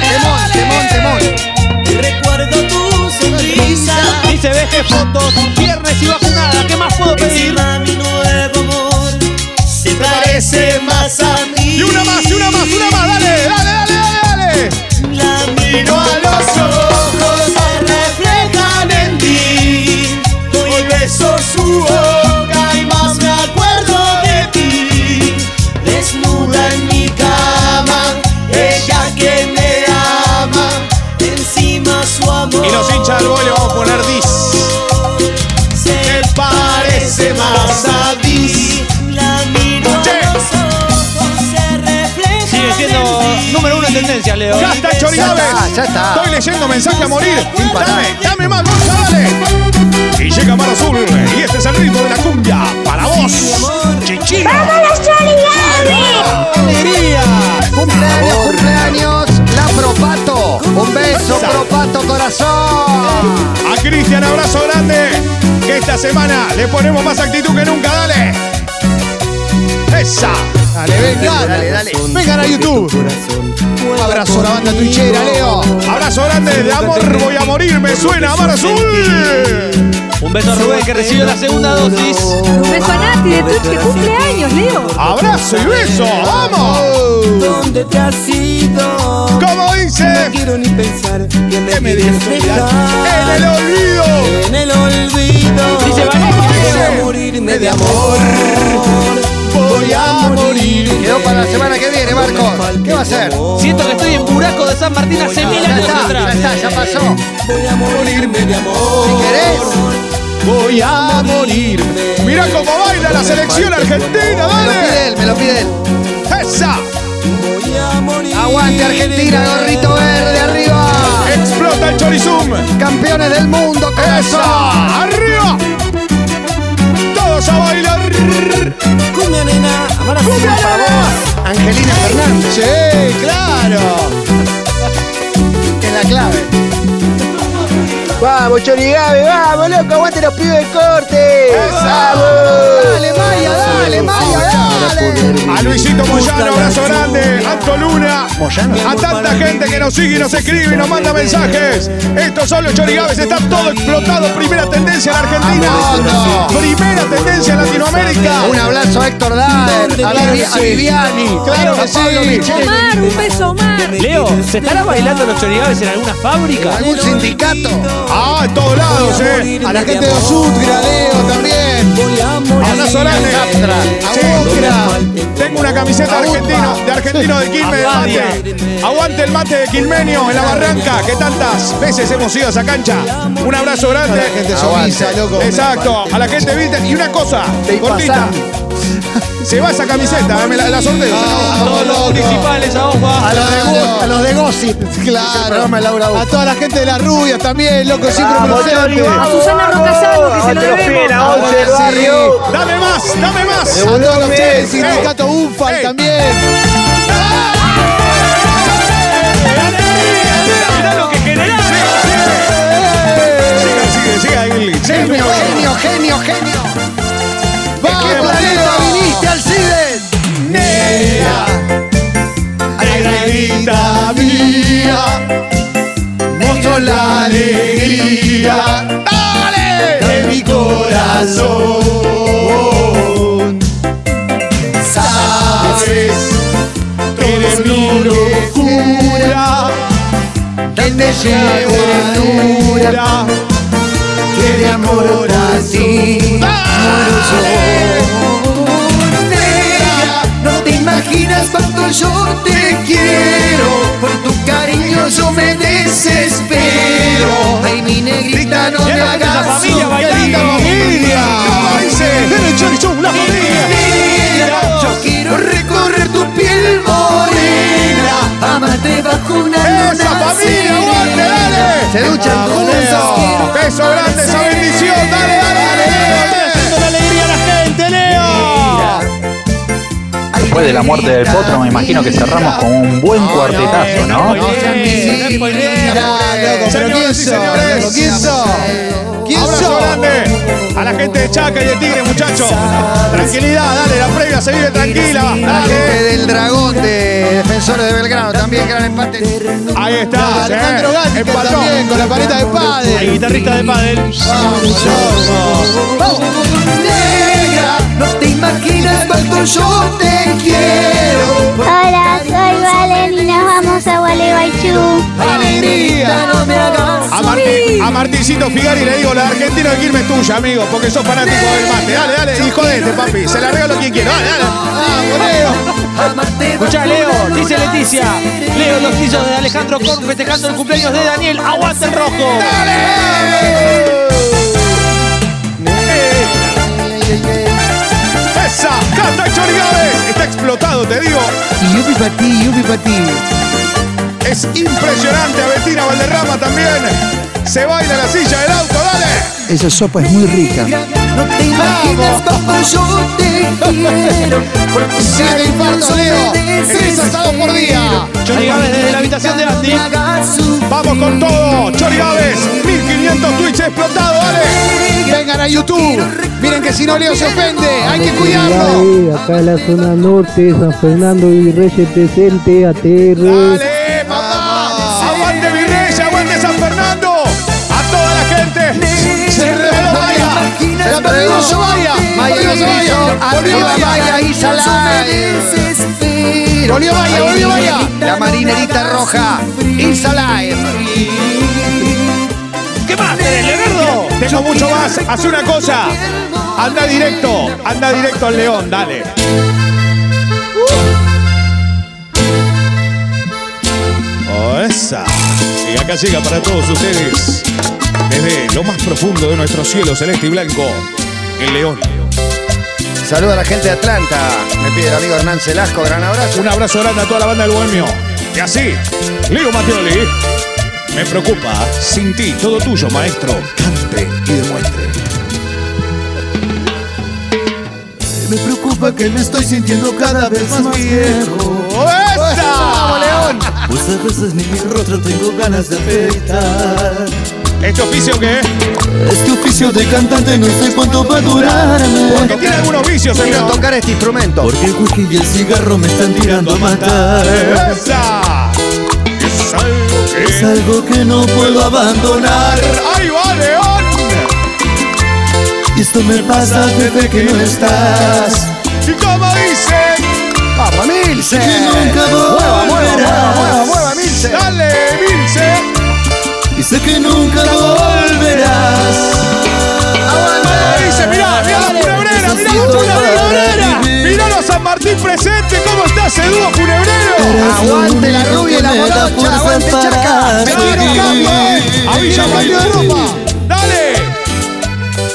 Speaker 4: Temón, temón, temón.
Speaker 1: Recuerdo tu sonrisa.
Speaker 5: Dice veje fotos, viernes y vacunada. ¿Qué más puedo pedir?
Speaker 1: Encima mi nuevo amor se parece más a ti.
Speaker 2: Y una más, y una más, una más, dale, dale, dale, dale, dale.
Speaker 1: La miro a los ojos, se reflejan en ti. Hoy beso su boca y más me acuerdo de ti. Desnuda en mi cama, ella que me ama, encima su amor.
Speaker 2: Y los hinchas del boy le vamos a poner dis.
Speaker 1: Se parece más a ti. La miro a
Speaker 2: Che.
Speaker 1: los ojos, se reflejan
Speaker 5: Sigue siendo
Speaker 1: en ti.
Speaker 5: número uno en tendencia, Leo.
Speaker 2: Ya está, Chorigaves.
Speaker 4: Ya está, ya está.
Speaker 2: Estoy leyendo mensaje a morir.
Speaker 4: Sin parar.
Speaker 2: Dame, dame más, Gonza, dale. Y llega Mar Azul. Y este es el ritmo de la cumbia. Para vos, Chichino.
Speaker 6: ¡Alegría!
Speaker 4: Cumpleaños, cumpleaños. La Propato. Un beso,
Speaker 2: Esa.
Speaker 4: Propato, corazón.
Speaker 2: A Cristian, abrazo grande. Que esta semana le ponemos más actitud que nunca, dale. Esa.
Speaker 6: Dale, vengan.
Speaker 4: Dale, dale.
Speaker 6: Vengan a YouTube. Un abrazo a la banda tuichera, Leo.
Speaker 2: Abrazo grande de amor, voy a morir, me suena, Amar Azul.
Speaker 5: Un beso a Rubén que recibió la segunda dosis.
Speaker 7: Un beso a Nati de Twitch que cumple años, Leo.
Speaker 2: Abrazo y beso, vamos.
Speaker 1: ¿Dónde te has ido?
Speaker 2: Como
Speaker 6: Eh.
Speaker 2: dice,
Speaker 1: quiero ni pensar que me,
Speaker 2: que me
Speaker 1: quieres
Speaker 2: despejan en
Speaker 6: Eh,
Speaker 1: dejar
Speaker 2: el olvido.
Speaker 1: en el olvido.
Speaker 5: Dice Vanessa
Speaker 1: Voy
Speaker 5: que
Speaker 1: a
Speaker 5: dice-
Speaker 1: morirme de amor. Voy a morir.
Speaker 4: Quedó para la semana que viene, Marco. ¿Qué va a hacer?
Speaker 5: Siento que estoy en Buraco de San Martín hace mil
Speaker 4: Ya
Speaker 5: años
Speaker 4: está, ya
Speaker 5: atrás.
Speaker 4: está, ya pasó.
Speaker 1: Voy a morirme de amor.
Speaker 4: Si querés.
Speaker 2: Voy a morir. Mira cómo baila la selección
Speaker 6: eh,
Speaker 2: argentina,
Speaker 4: Me lo pide
Speaker 2: dale.
Speaker 4: él, me lo pide él.
Speaker 2: Esa.
Speaker 1: Voy a morir.
Speaker 4: Aguante Argentina, gorrito verde, arriba.
Speaker 6: eh.
Speaker 2: Explota el chorizum.
Speaker 4: Campeones del mundo, corazón.
Speaker 2: Esa. Arriba. Todos a bailar.
Speaker 1: Cumbia nena.
Speaker 2: Cumbia, nena.
Speaker 4: Angelina Fernández
Speaker 6: Sí, claro.
Speaker 4: es la clave.
Speaker 1: Vamos, Chorigabe, vamos, loco, aguante los pibes cortes.
Speaker 6: Dale, Maya, dale, Maya, dale.
Speaker 2: A Luisito Moyano, abrazo grande. Anto Luna. A tanta gente que nos sigue y nos escribe y nos manda mensajes. Estos son los chorigabes. Están todo explotado. Primera tendencia en Argentina. Primera tendencia en Latinoamérica.
Speaker 4: Un abrazo a Héctor Daer, a, Vivi- a Viviani.
Speaker 2: Claro que
Speaker 4: a Pablo
Speaker 2: sí.
Speaker 4: Michel.
Speaker 7: Omar, un beso, Omar.
Speaker 5: Leo, ¿se estará bailando los chorigabes en alguna fábrica?
Speaker 4: ¿Algún sindicato?
Speaker 2: Ah, en todos lados, eh.
Speaker 6: A la gente de Osutra, Leo también.
Speaker 2: Abrazo grande. Sí.
Speaker 6: A Ocra.
Speaker 2: Tengo una camiseta de argentino, de argentino de Quilmes de mate. Aguante el mate de Quilmenio en la barranca, que tantas veces hemos ido a esa cancha. Un abrazo grande.
Speaker 6: Gente sumisa, loco.
Speaker 2: Exacto, a la gente de Vilter. Y una cosa, cortita. Se va esa camiseta, eh, me la, la sorteo.
Speaker 5: A todos los municipales, a vos va.
Speaker 4: A los de, Gu- a los de Gossip. El
Speaker 6: Claro.
Speaker 4: programa de Laura
Speaker 6: A
Speaker 4: Gu-
Speaker 6: toda la gente de las rubias también, loco, siempre presente.
Speaker 7: A Susana
Speaker 5: Ah,
Speaker 7: Rocasano, que se lo debemos.
Speaker 6: Ahora sí.
Speaker 2: Dame más, dame más.
Speaker 6: A todos los che, sindicato
Speaker 2: Ey,
Speaker 6: Unfal
Speaker 2: ey.
Speaker 6: también.
Speaker 5: Mirá lo que generás, eh.
Speaker 2: Sigue, sigue, sigue ahí. Sigue.
Speaker 4: Genio, genio, genio, genio. ¿Qué
Speaker 6: ¡Vamos,
Speaker 4: planeta
Speaker 6: Leo!
Speaker 4: viniste, Alcides?
Speaker 2: Alegría mía, vos sos la alegría de mi corazón. Sabes, tú eres mi locura,
Speaker 4: Que te llevo
Speaker 2: ternura, que de amor
Speaker 4: a ti. No te imaginas cuánto yo te quiero. Por tu cariño yo me desespero. Ay, mi negrita, no me
Speaker 5: La
Speaker 4: hagas
Speaker 2: ¡Qué
Speaker 5: familia bailando.
Speaker 2: familia! ¿Cómo dice? ¡El Chorizo, la
Speaker 4: Negra, Yo quiero recorrer tu piel morena. Amate bajo una luna
Speaker 2: ¡Esa familia, aguante, dale!
Speaker 4: Se duchan
Speaker 2: ¡Beso!
Speaker 4: juntos.
Speaker 2: ¡Beso grande, esa bendición! ¡Dale, dale, dale!
Speaker 5: Haciendo la alegría a la gente, Leo.
Speaker 12: Después de la muerte del potro, me imagino que cerramos con un buen cuartetazo, ¿no?
Speaker 5: no,
Speaker 4: Sí,
Speaker 5: no,
Speaker 6: Loco, pero ¿quién
Speaker 2: Señoras y señores,
Speaker 6: sos? Loco, ¿Quién sos? ¿Quién
Speaker 2: abrazo
Speaker 6: sos?
Speaker 2: grande a la gente de Chaca y de Tigre, muchachos. Tranquilidad, dale, la previa se vive tranquila.
Speaker 4: La gente
Speaker 2: Dale.
Speaker 4: del dragón de Defensores de Belgrano también, gran empate.
Speaker 2: Ahí está,
Speaker 6: Alejandro
Speaker 2: eh.
Speaker 6: Gatica
Speaker 2: Empató.
Speaker 6: también, con la paleta de
Speaker 5: El
Speaker 6: padre.
Speaker 5: guitarrista de pádel.
Speaker 4: Negra, no te imaginas cuánto yo te quiero.
Speaker 9: Hola, soy Valen y nos vamos a Gualeguaychú.
Speaker 6: ¡Alegría!
Speaker 4: No me hagas
Speaker 2: A, Martín, a Martincito Figari le digo, la de Argentina de Quilmes es tuya, amigo, porque sos fanático del mate. Dale, dale, hijo de este, papi. Se la regalo quien quiera. Dale, dale.
Speaker 4: amarte.
Speaker 5: Escuchá, Leo, dice Leticia. Leo los hizo de Alejandro Korn festejando el cumpleaños de Daniel. ¡Aguanta el rojo!
Speaker 2: ¡Esa! ¡Canta Chorigades! Está explotado, te digo.
Speaker 6: Yupi pa' ti, yupi pa' ti.
Speaker 2: Es impresionante. A Betina Valderrama también. Se baila la silla del auto, dale.
Speaker 6: Esa sopa es muy rica.
Speaker 4: No te imaginas cuánto yo te quiero. Por tu
Speaker 6: Siete infartos, Leo. Tres asados por día.
Speaker 5: Yo desde la habitación de Andy.
Speaker 4: hagas sufrir.
Speaker 2: Vamos con todo. Chorigades, 1500 ¿Cuántos tweets he explotado, Ale?
Speaker 6: Vengan a YouTube. Miren que si no Leo se ofende. Hay que cuidarlo.
Speaker 13: Dale, Eh, acá en la zona norte, San Fernando y Reyes presente, ATR.
Speaker 2: ¡Dale, papá! ¡Aguante Virrey! ¡Aguante San Fernando! ¡A toda la gente! ¡Se reveló Maya! ¡Se la perdió
Speaker 1: perdió
Speaker 2: Maya!
Speaker 1: Maya
Speaker 2: ¡Volvió Maya! ¡Volvió
Speaker 1: arriba Maya y Salah.
Speaker 2: ¡Volvió Maya! ¡Volvió Maya!
Speaker 4: La marinerita roja. Insalae.
Speaker 2: ¿Qué más tenés, Leonardo? Tengo mucho más. Haz una cosa. Anda directo. Anda directo al León, dale. Oh, esa. Y acá llega para todos ustedes, desde lo más profundo de nuestro cielo celeste y blanco, el León.
Speaker 4: Saluda a la gente de Atlanta. Me pide el amigo Hernán Celasco. Gran abrazo.
Speaker 2: Un abrazo grande a toda la banda del Bohemio. Y así, Leo Mattioli, me preocupa, sin ti, todo tuyo, maestro. Cante y demuestre.
Speaker 1: Me preocupa que me estoy sintiendo cada vez más viejo.
Speaker 2: ¡Vamos, León!
Speaker 1: Pues a veces ni mi rostro tengo ganas de afectar.
Speaker 2: ¿Este oficio qué?
Speaker 1: Este oficio de cantante no sé cuánto va a durarme.
Speaker 2: Porque tiene algunos vicios,
Speaker 4: Quiero
Speaker 2: señor.
Speaker 4: tocar este instrumento.
Speaker 1: Porque el whisky y el cigarro me están tirando a matar.
Speaker 2: ¡Esa! Es algo
Speaker 1: Es
Speaker 2: que...
Speaker 1: algo que no puedo abandonar.
Speaker 2: ¡Ahí va, León!
Speaker 1: Y esto me pasa desde que no estás.
Speaker 2: ¿Y cómo dicen?
Speaker 4: ¡Vamos, Milce!
Speaker 1: Que nunca
Speaker 4: ¡Mueva, mueva, mueva, mueva,
Speaker 1: volverás.
Speaker 4: mueva, Milce!
Speaker 2: ¡Dale, Vince!
Speaker 1: Y sé que nunca volverás.
Speaker 2: ¿Cómo dice? Mirá, mirá la funebrera, mirá la funebrera. Mirá a San Martín presente, ¿cómo está ese dúo funebrero?
Speaker 4: ¡Aguante la rubia y la morocha! ¡Aguante, charca! ¡Me quiero un cambio!
Speaker 2: A Villa Europa. ¡Dale!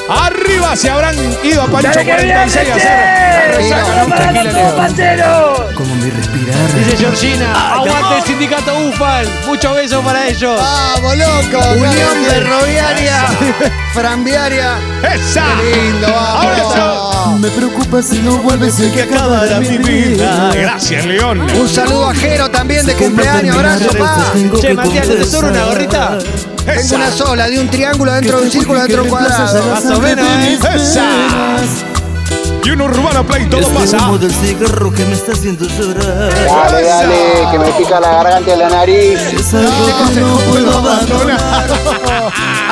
Speaker 2: Arriba se habrán ido a Pancho
Speaker 10: ¡Dale que viene,
Speaker 2: 46 a hacer.
Speaker 10: che! ¡Sácalo para los panteros!
Speaker 1: Como mi respirar.
Speaker 5: Dice Georgina, aguante el sindicato UFAL. Muchos besos para ellos.
Speaker 6: Vamos, loco.
Speaker 4: Unión ferroviaria, franviaria.
Speaker 2: ¡Esa!
Speaker 6: Lindo,
Speaker 2: Ahora
Speaker 6: vamos.
Speaker 2: eso.
Speaker 1: Me preocupa si no vuelves el que acabará mi vida.
Speaker 2: Gracias, León.
Speaker 4: Un saludo a Jero también de cumpleaños. Abrazo, pa.
Speaker 5: Che, Matías, ¿te sobra una gorrita?
Speaker 4: Tengo una sola de un triángulo dentro de un círculo dentro de un cuadrado.
Speaker 1: Más o menos, ¿eh?
Speaker 2: Esa. Y un urbano play, todo pasa.
Speaker 1: del cigarro que me está haciendo llorar.
Speaker 2: Dale, dale, que me
Speaker 13: pica la garganta y la nariz.
Speaker 1: Es algo que no puedo abandonar.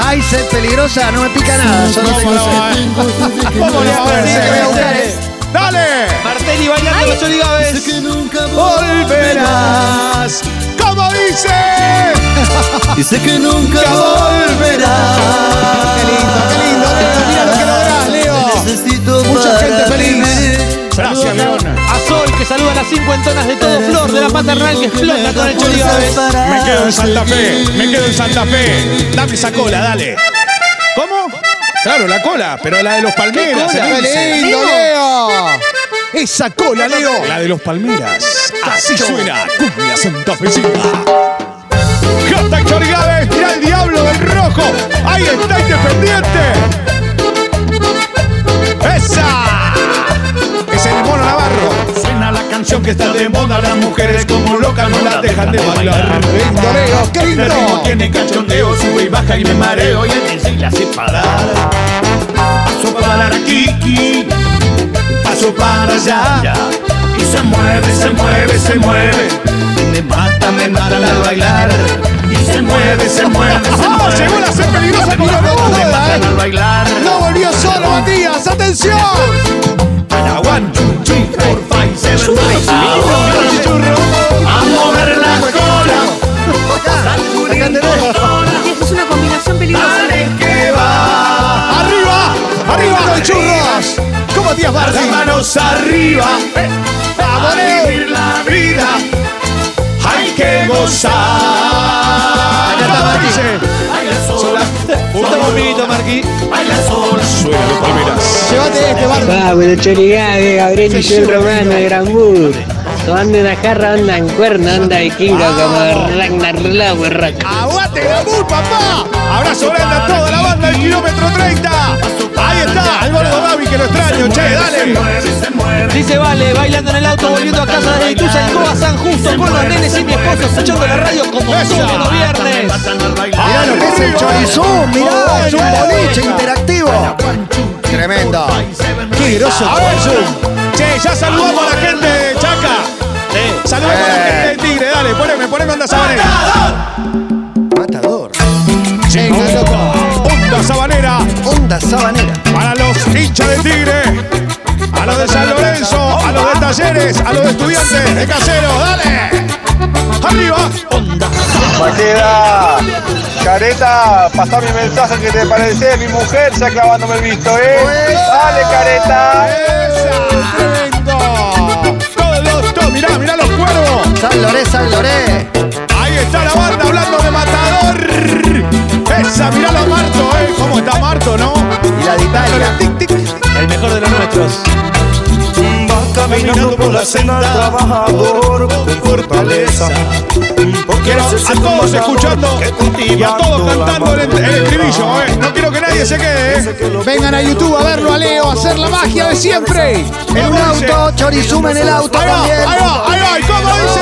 Speaker 4: Ay, ser peligrosa, no me pica nada. Solo
Speaker 2: ¿Cómo
Speaker 4: tengo
Speaker 2: no, eh? ¿Cómo no,
Speaker 4: Ahora sí que voy a
Speaker 2: eh?
Speaker 4: buscar, eh.
Speaker 2: ¡Dale!
Speaker 5: Martelli bailando los
Speaker 1: Sé
Speaker 5: Chorigaves.
Speaker 1: que nunca
Speaker 2: ¡Volverás! ¡Como dice!
Speaker 1: Y sé que nunca volverás.
Speaker 6: Qué lindo, qué lindo. Leo. Mira lo que lográs, Leo.
Speaker 1: Necesito
Speaker 6: Mucha gente
Speaker 1: para
Speaker 6: feliz.
Speaker 1: vivir.
Speaker 2: Gracias, Leona.
Speaker 5: A Sol, que saluda a las cincuentonas de todo Flor, de la paternal que explota con el Chorigaves.
Speaker 2: Me
Speaker 7: Ah,
Speaker 2: quedo en Santa Fe, me quedo en Santa Fe. Dame esa cola, dale. ¿Cómo? Claro, la cola, pero la de los Palmeras.
Speaker 6: Qué
Speaker 2: Elise.
Speaker 6: lindo, Leo. Esa cola, Leo.
Speaker 2: La de los Palmeras. Así suena. Cumbia Santa Fe Hashtag Chorigabe, mira el diablo del rojo. Ahí está independiente. ¡Esa! Es el mono Navarro. Suena la canción que está de moda. Las mujeres como locas no las dejan de bailar.
Speaker 6: Lindo, Leo. Qué
Speaker 2: El ritmo
Speaker 6: lindo.
Speaker 2: tiene cachondeo, sube y baja y me mareo y el DJ la hace parar. Paso para Kiki, paso para allá. Y se mueve, se mueve, se mueve. Me mata, me mata al bailar. Y se mueve, se mueve, se
Speaker 6: Ah,
Speaker 2: mueve. llegó la ser peligrosa con la
Speaker 6: Me matan
Speaker 2: al bailar.
Speaker 6: Eh, No volvió solo, Matías. ¡Atención!
Speaker 2: Para one, two, three, four, five, seven, eight. A mover la cola,
Speaker 7: Es una combinación peligrosa.
Speaker 2: que va.
Speaker 6: ¡Arriba! ¡Arriba los churros! ¿Cómo, Matías
Speaker 2: Las
Speaker 6: Bardi?
Speaker 2: manos arriba, vamos a vivir la vida, hay que gozar.
Speaker 4: Martín.
Speaker 2: Baila sola,
Speaker 5: Dame un minuto, Marquí.
Speaker 2: baila sola. Suena los palmeras.
Speaker 6: Llévate este, Bardi.
Speaker 13: Vamos, los Chorigaves, Gabriel y yo el Romano, el Gran Bud. Anda en la jarra, anda en cuerno, anda vikingo
Speaker 5: Ah.
Speaker 13: como Ragnar Lower
Speaker 2: ¡Aguante Gabul, papá! Abrazo grande a toda la banda del kilómetro 30. Ahí está, el gordo Gaby, que lo extraño, che, dale.
Speaker 14: Dice Vale, bailando en el auto, volviendo a casa desde Ituza, en Coa, San Justo, con los nenes y mi esposo, escuchando la radio como todos los viernes.
Speaker 4: Mirá lo que es el chorizum, mirá, es un boliche interactivo. Tremendo.
Speaker 2: Qué groso A ver, Zoom. Che, ya saludamos a la gente de Chaca. Saludamos a la gente de Tigre, dale, poneme, poneme onda sabanera.
Speaker 4: Matador.
Speaker 2: Venga, loco. Onda sabanera.
Speaker 4: Onda sabanera.
Speaker 2: Para los hinchas de Tigre. A los de San Lorenzo, a los de Talleres, a los de Estudiantes, de Caseros, dale. Arriba.
Speaker 15: Maqueda, careta, pasá mi mensaje que te parece mi mujer ya clavándome el visto, ¿eh? Dale, careta.
Speaker 2: Tremendo. Todos los, todos, mirá, mirá los cuervos.
Speaker 4: San Loré, San Loré.
Speaker 2: Ahí está la banda hablando de matador. Esa, mirá la Marto, ¿eh? ¿Cómo está Marto, no?
Speaker 4: Y la de Italia.
Speaker 14: El mejor de los nuestros.
Speaker 5: Va caminando por la senda trabajador con fortaleza.
Speaker 2: Quiero a todos escuchando y a todos cantando el, el estribillo, ¿eh? No quiero que nadie se quede, ¿eh?
Speaker 6: Vengan a YouTube a verlo a Leo, a hacer la magia de siempre.
Speaker 4: En un
Speaker 2: Once.
Speaker 4: auto, chorizum en el auto
Speaker 2: Ahí va,
Speaker 4: también.
Speaker 2: ahí va, ahí va. ¿Y cómo dice?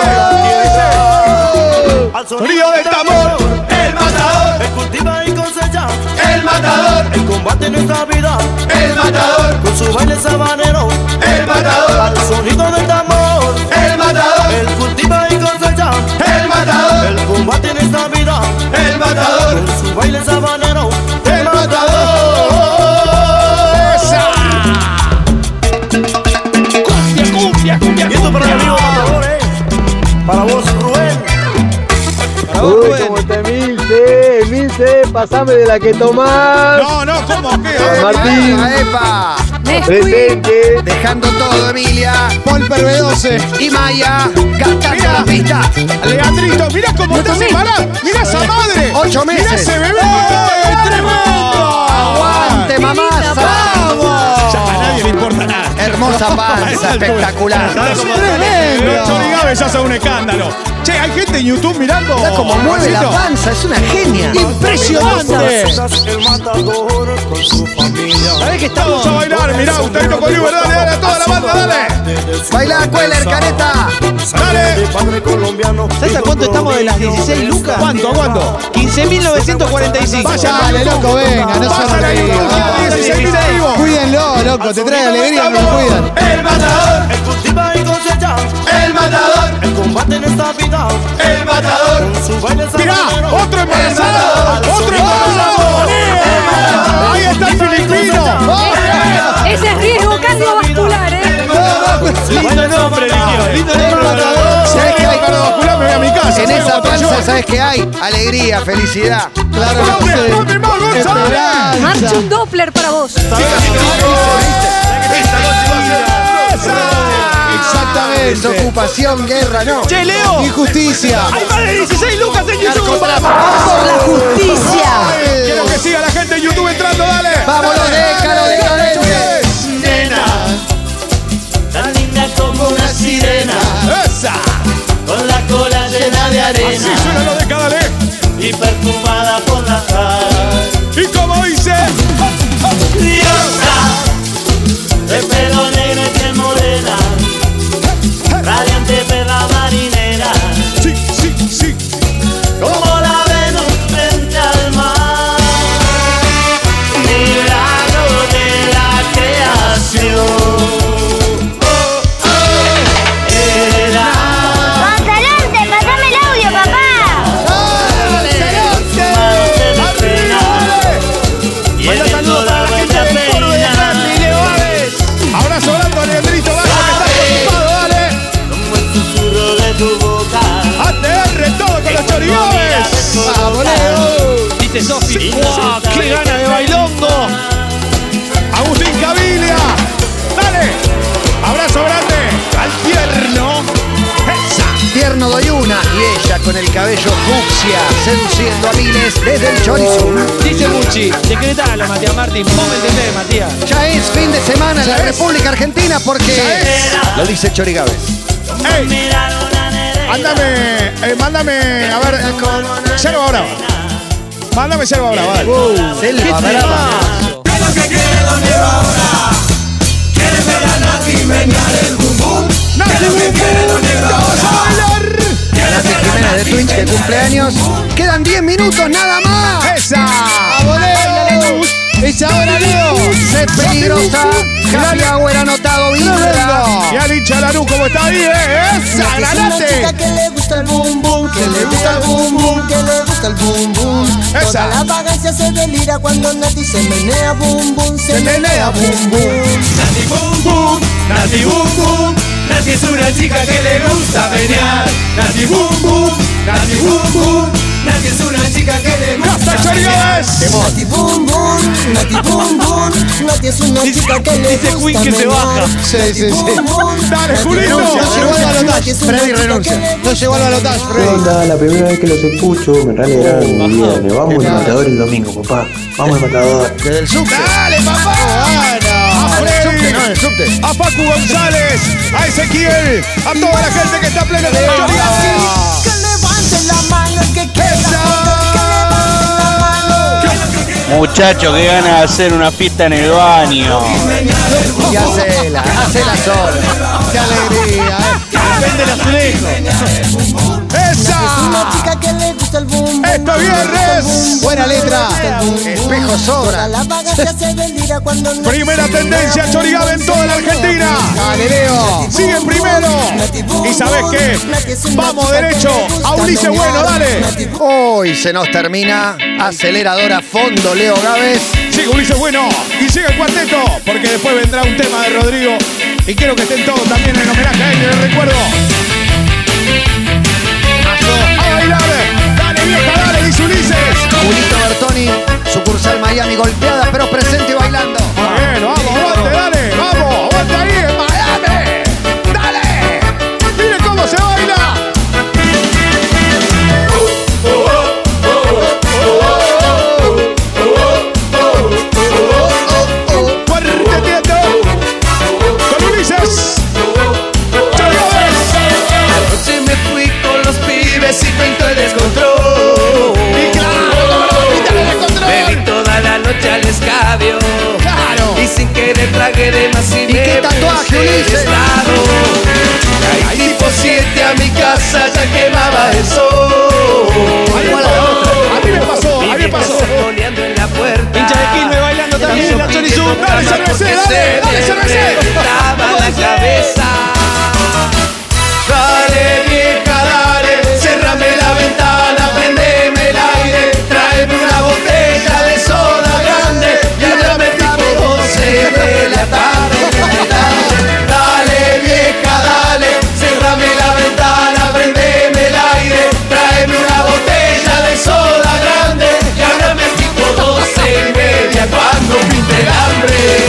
Speaker 2: Sonido del tambor.
Speaker 5: El matador, el cultiva y conseja. El matador, el combate en nuestra vida. El matador, con su baile sabanero. El matador, al sonido del tambor. El matador, el cultiva y conseja. El matador, el combate en esta vida. El matador, con su baile sabanero. El matador.
Speaker 2: ¡Esa!
Speaker 14: Cumbia, cumbia, cumbia,
Speaker 5: Y esto para mi
Speaker 14: cumbia.
Speaker 5: amigo matador, eh. Para vos, Rubén.
Speaker 16: Uy, cómo te este milce, milce, pasame de la que tomás.
Speaker 2: No, no, ¿cómo? ¿Qué?
Speaker 16: San Martín,
Speaker 4: Epa, epa.
Speaker 16: presente.
Speaker 4: Dejando todo, Emilia.
Speaker 6: Paul B12.
Speaker 4: Y Maya, gastando
Speaker 2: Mira.
Speaker 4: la pista.
Speaker 2: Leandrito, mirá cómo está separado. Mirá esa madre.
Speaker 4: Ocho
Speaker 2: Mirá
Speaker 4: meses.
Speaker 2: ese bebé. ¡Tremendo!
Speaker 4: Aguante, mamasa.
Speaker 2: Ya a nadie le importa nada.
Speaker 4: Hermosa panza, espectacular.
Speaker 2: Los chorigaves ya son un escándalo. Che, hay gente en YouTube mirando.
Speaker 4: Está como mueve la
Speaker 2: Juancito.
Speaker 4: panza, es una genia.
Speaker 2: ¡Impresionante!
Speaker 5: El matador con su familia.
Speaker 2: ¿Sabés que estamos a bailar? Mirá, usted tocó libre. Dale, dale a toda la banda, dale.
Speaker 4: Baila, Queller, careta.
Speaker 2: Dale.
Speaker 5: Padre colombiano.
Speaker 14: ¿Sabes a cuánto estamos de las 16 lucas?
Speaker 2: ¿Cuánto, cuánto?
Speaker 14: 15.945.
Speaker 2: Vaya,
Speaker 6: Dale, loco, venga, no se
Speaker 2: Pasan ahí,
Speaker 6: rían.
Speaker 2: 16 mil en vivo.
Speaker 6: Cuídenlo, loco, te trae alegría, pero lo cuidan.
Speaker 5: El matador, el cultiva y cosecha. El matador, el combate en esta vida. El matador, con su baile
Speaker 2: Mirá,
Speaker 5: sabanero.
Speaker 2: otro embarazado.
Speaker 5: El matador,
Speaker 2: Otro embarazado. ¡Olé! Ahí está el filipino.
Speaker 9: Ese es riesgo cardiovascular, ¿eh?
Speaker 14: Lindo nombre, Liño. Lindo nombre.
Speaker 4: ¿Sabés qué hay?
Speaker 2: Cardiovascular, me voy a mi casa.
Speaker 4: En
Speaker 2: ¿sabés
Speaker 4: esa
Speaker 2: cómo estoy
Speaker 4: panza,
Speaker 2: yo?
Speaker 4: ¿sabes qué hay? Alegría, felicidad.
Speaker 6: Claro,
Speaker 2: ¡Dame,
Speaker 6: entonces,
Speaker 2: dame más, Gonzalo!
Speaker 9: Marcha un Doppler para vos.
Speaker 6: Exactamente.
Speaker 4: Desocupación, guerra, no.
Speaker 14: Che, Leo.
Speaker 6: Injusticia.
Speaker 14: Hay más de 16 lucas en YouTube.
Speaker 4: Por la justicia.
Speaker 2: Quiero que siga la gente en YouTube entrando, dale.
Speaker 4: Vámonos, déjalo, déjalo.
Speaker 5: Nena, tan linda como una sirena,
Speaker 2: ¡Esa!
Speaker 5: con la cola llena de
Speaker 2: Así suena lo de Cadalé.
Speaker 5: y perfumada por la sal.
Speaker 2: Y como dice,
Speaker 5: Diosa, de pelo negro y piel morena, radiante perra marinera,
Speaker 2: sí, sí, sí.
Speaker 5: como la Venus frente al mar. Milagro de la creación. Oh, oh, era
Speaker 17: Gonzalonte, pasame el audio, papá.
Speaker 5: más de pena, y
Speaker 2: Manda
Speaker 5: el
Speaker 2: saludos para la gente
Speaker 5: bella
Speaker 2: del foro de Santi,
Speaker 5: peina.
Speaker 2: Leo Aves. Abrazo grande a Leandrito Vaya, que está ocupado, dale.
Speaker 5: Como el susurro de tu boca.
Speaker 2: ATR, todo con los chorigobes.
Speaker 5: Vamos, Leo.
Speaker 14: Dice Sofi. ¡Wow! ¡Qué gana de bailongo!
Speaker 2: Agustín Cabilia. Dale. Abrazo grande al tierno. Esa.
Speaker 4: Tierno doy una y ella con el cabello fucsia seduciendo a miles desde el chorizo.
Speaker 14: Dice Muchi. Decretalo, Matías Martín. Ponme el TP, Matías.
Speaker 4: Ya es fin de semana en la
Speaker 2: Ya es.
Speaker 4: República Argentina porque lo dice Chori Gávez.
Speaker 2: Ey, ándame, eh, mándame, a ver, eh, Selva Brava. Mándame Selva Brava, dale.
Speaker 4: Selva brava.
Speaker 2: Dale,
Speaker 5: lo que quiere Don Negro ahora. Quiere ver a Nati menear el bum bum. ¿Qué es lo que quiere Don Negro ahora?
Speaker 4: Nati Jiménez de Twitch que cumpleaños. Quedan 10 minutos nada más.
Speaker 7: ¡Esa!
Speaker 6: ¡Es ahora, Leo!
Speaker 4: ¡Es peligrosa! Happy Hour anotado Víctora.
Speaker 7: Y Ali Chalarú, ¿cómo está ahí, eh? ¡Esa,
Speaker 5: Nati es una chica
Speaker 7: granate!
Speaker 5: que le gusta el bum bum, que le gusta el bum bum, que le gusta el bum bum.
Speaker 7: Esa.
Speaker 5: Toda la vagancia se delira cuando Nati se menea bum bum, se, menea bum bum.
Speaker 2: Nati Bum Bum, Nati Bum Bum, Nati es una chica que le gusta menear. Nati Bum Bum, Nati Bum Bum, Nati es una chica que le gusta menear.
Speaker 5: Nati bum bum, Nati bum bum, Nati es una chica que le
Speaker 18: dice
Speaker 5: gusta
Speaker 18: Queen que se
Speaker 5: menear.
Speaker 18: baja.
Speaker 6: Sí, sí, sí.
Speaker 5: Bum, bum,
Speaker 7: ¡Dale,
Speaker 5: Nati
Speaker 7: Julito!
Speaker 5: bum, bum,
Speaker 6: No llegó al
Speaker 5: Nati
Speaker 6: balotaje.
Speaker 5: es una
Speaker 6: Freddy
Speaker 5: chica
Speaker 6: renuncia.
Speaker 5: que le
Speaker 6: No llegó al balotaje,
Speaker 19: ¿Qué
Speaker 6: Freddy.
Speaker 19: onda? La primera vez que los escucho, me
Speaker 5: Oh,
Speaker 19: ralegraron mi viernes. Vamos al matador el domingo, papá. Vamos al matador.
Speaker 4: Desde el subte.
Speaker 5: Este.
Speaker 7: ¡Dale, papá! ¡A Freddy!
Speaker 4: No, el subte.
Speaker 7: ¡A Paco González! ¡A Ezequiel! ¡A toda la gente que está plena de Chorigabe!
Speaker 5: Que levante la mano el que quiera.
Speaker 20: Muchachos, que ganas de hacer una fiesta en el baño.
Speaker 4: Y hacela, hacela sola.
Speaker 6: ¡Qué alegría! eh.
Speaker 18: Vende las lejos.
Speaker 5: Nati es una
Speaker 7: ¡Esa!
Speaker 5: chica que le gusta el bum bum.
Speaker 7: ¡Esto es viernes!
Speaker 6: Buena letra.
Speaker 4: Espejo
Speaker 5: Toda
Speaker 4: sobra.
Speaker 5: la vagancia se delira cuando Nati
Speaker 7: Primera
Speaker 5: se menea
Speaker 7: tendencia,
Speaker 5: bum,
Speaker 7: Chorigabe en
Speaker 5: se
Speaker 7: toda la
Speaker 5: menea
Speaker 7: Argentina.
Speaker 5: bum, bum.
Speaker 6: Dale, Leo.
Speaker 7: Sigue primero. ¿Y sabes qué? Vamos derecho a Ulises Bueno, dale.
Speaker 4: Hoy se nos termina. Aceleradora a fondo, Leo Gávez.
Speaker 7: Sigue Ulises Bueno y sigue el cuarteto, porque después vendrá un tema de Rodrigo. Y quiero que estén todos también en homenaje a él, en el recuerdo. ¡A bailar! ¡Dale, vieja, dale! Dice Ulises.
Speaker 4: Julito Bertoni, sucursal Miami golpeada, pero presente y bailando.
Speaker 7: Muy bien, vamos, aguante, dale, vamos, aguante ahí en Miami. Dale. Miren cómo se baila. Cuarteteando con Ulises. Chorobes.
Speaker 2: Anoche me fui con los pibes y fue en todo el descontrol.
Speaker 7: Y claro, y dale descontrol.
Speaker 2: Bebí toda la noche al escabio.
Speaker 4: Claro.
Speaker 2: Y sin querer tragué de más y,
Speaker 4: ¿Y qué tatuaje, Ulises?
Speaker 2: Hay tipo 7 a mi casa, ya quemaba el sol.
Speaker 7: Ahí va la otra. A mí me pasó, a mí me pasó.
Speaker 2: Poneando en la puerta.
Speaker 18: Hincha de Quilmes bailando también. La Chori Zoom.
Speaker 7: Dale, cervecé, dale, dale, cervecé.
Speaker 2: Daba la cabeza. Dale, vieja, dale, cerrame la ventana, prendeme el aire, tráeme una botella de soda grande, ya ya me tipo 12 de la tarde. Dale, dale, vieja, dale, cerrame la ventana, prendeme el aire, tráeme una botella de soda grande, ya ya me tipo 12 y media cuando pinte el hambre.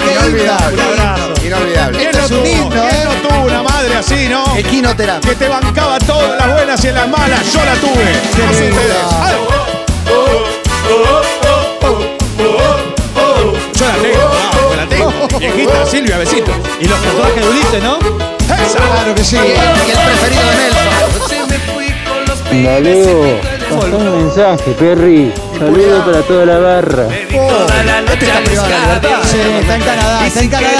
Speaker 4: Inolvidable, inolvidable. Inolvidable.
Speaker 7: ¿Quién
Speaker 6: Este
Speaker 7: no
Speaker 6: es un
Speaker 7: tuvo?
Speaker 6: himno,
Speaker 7: ¿Quién
Speaker 6: eh.
Speaker 7: no tuvo una madre así, no?
Speaker 4: Equinoterapia.
Speaker 7: que te bancaba todas las buenas y en las malas. Yo la tuve. No sé ustedes. Ah,
Speaker 18: Yo la tengo, ah, la tengo. Viejita, Silvia, besito. Y los tatuajes de Ulises, ¿no?
Speaker 6: Claro que sí.
Speaker 4: Y el, y el preferido de Nelson.
Speaker 21: Anda, Leo, pasá un mensaje, Perry. Saludos para toda la barra.
Speaker 6: Este está privado de libertad. Sí, está en Canadá, está en Canadá.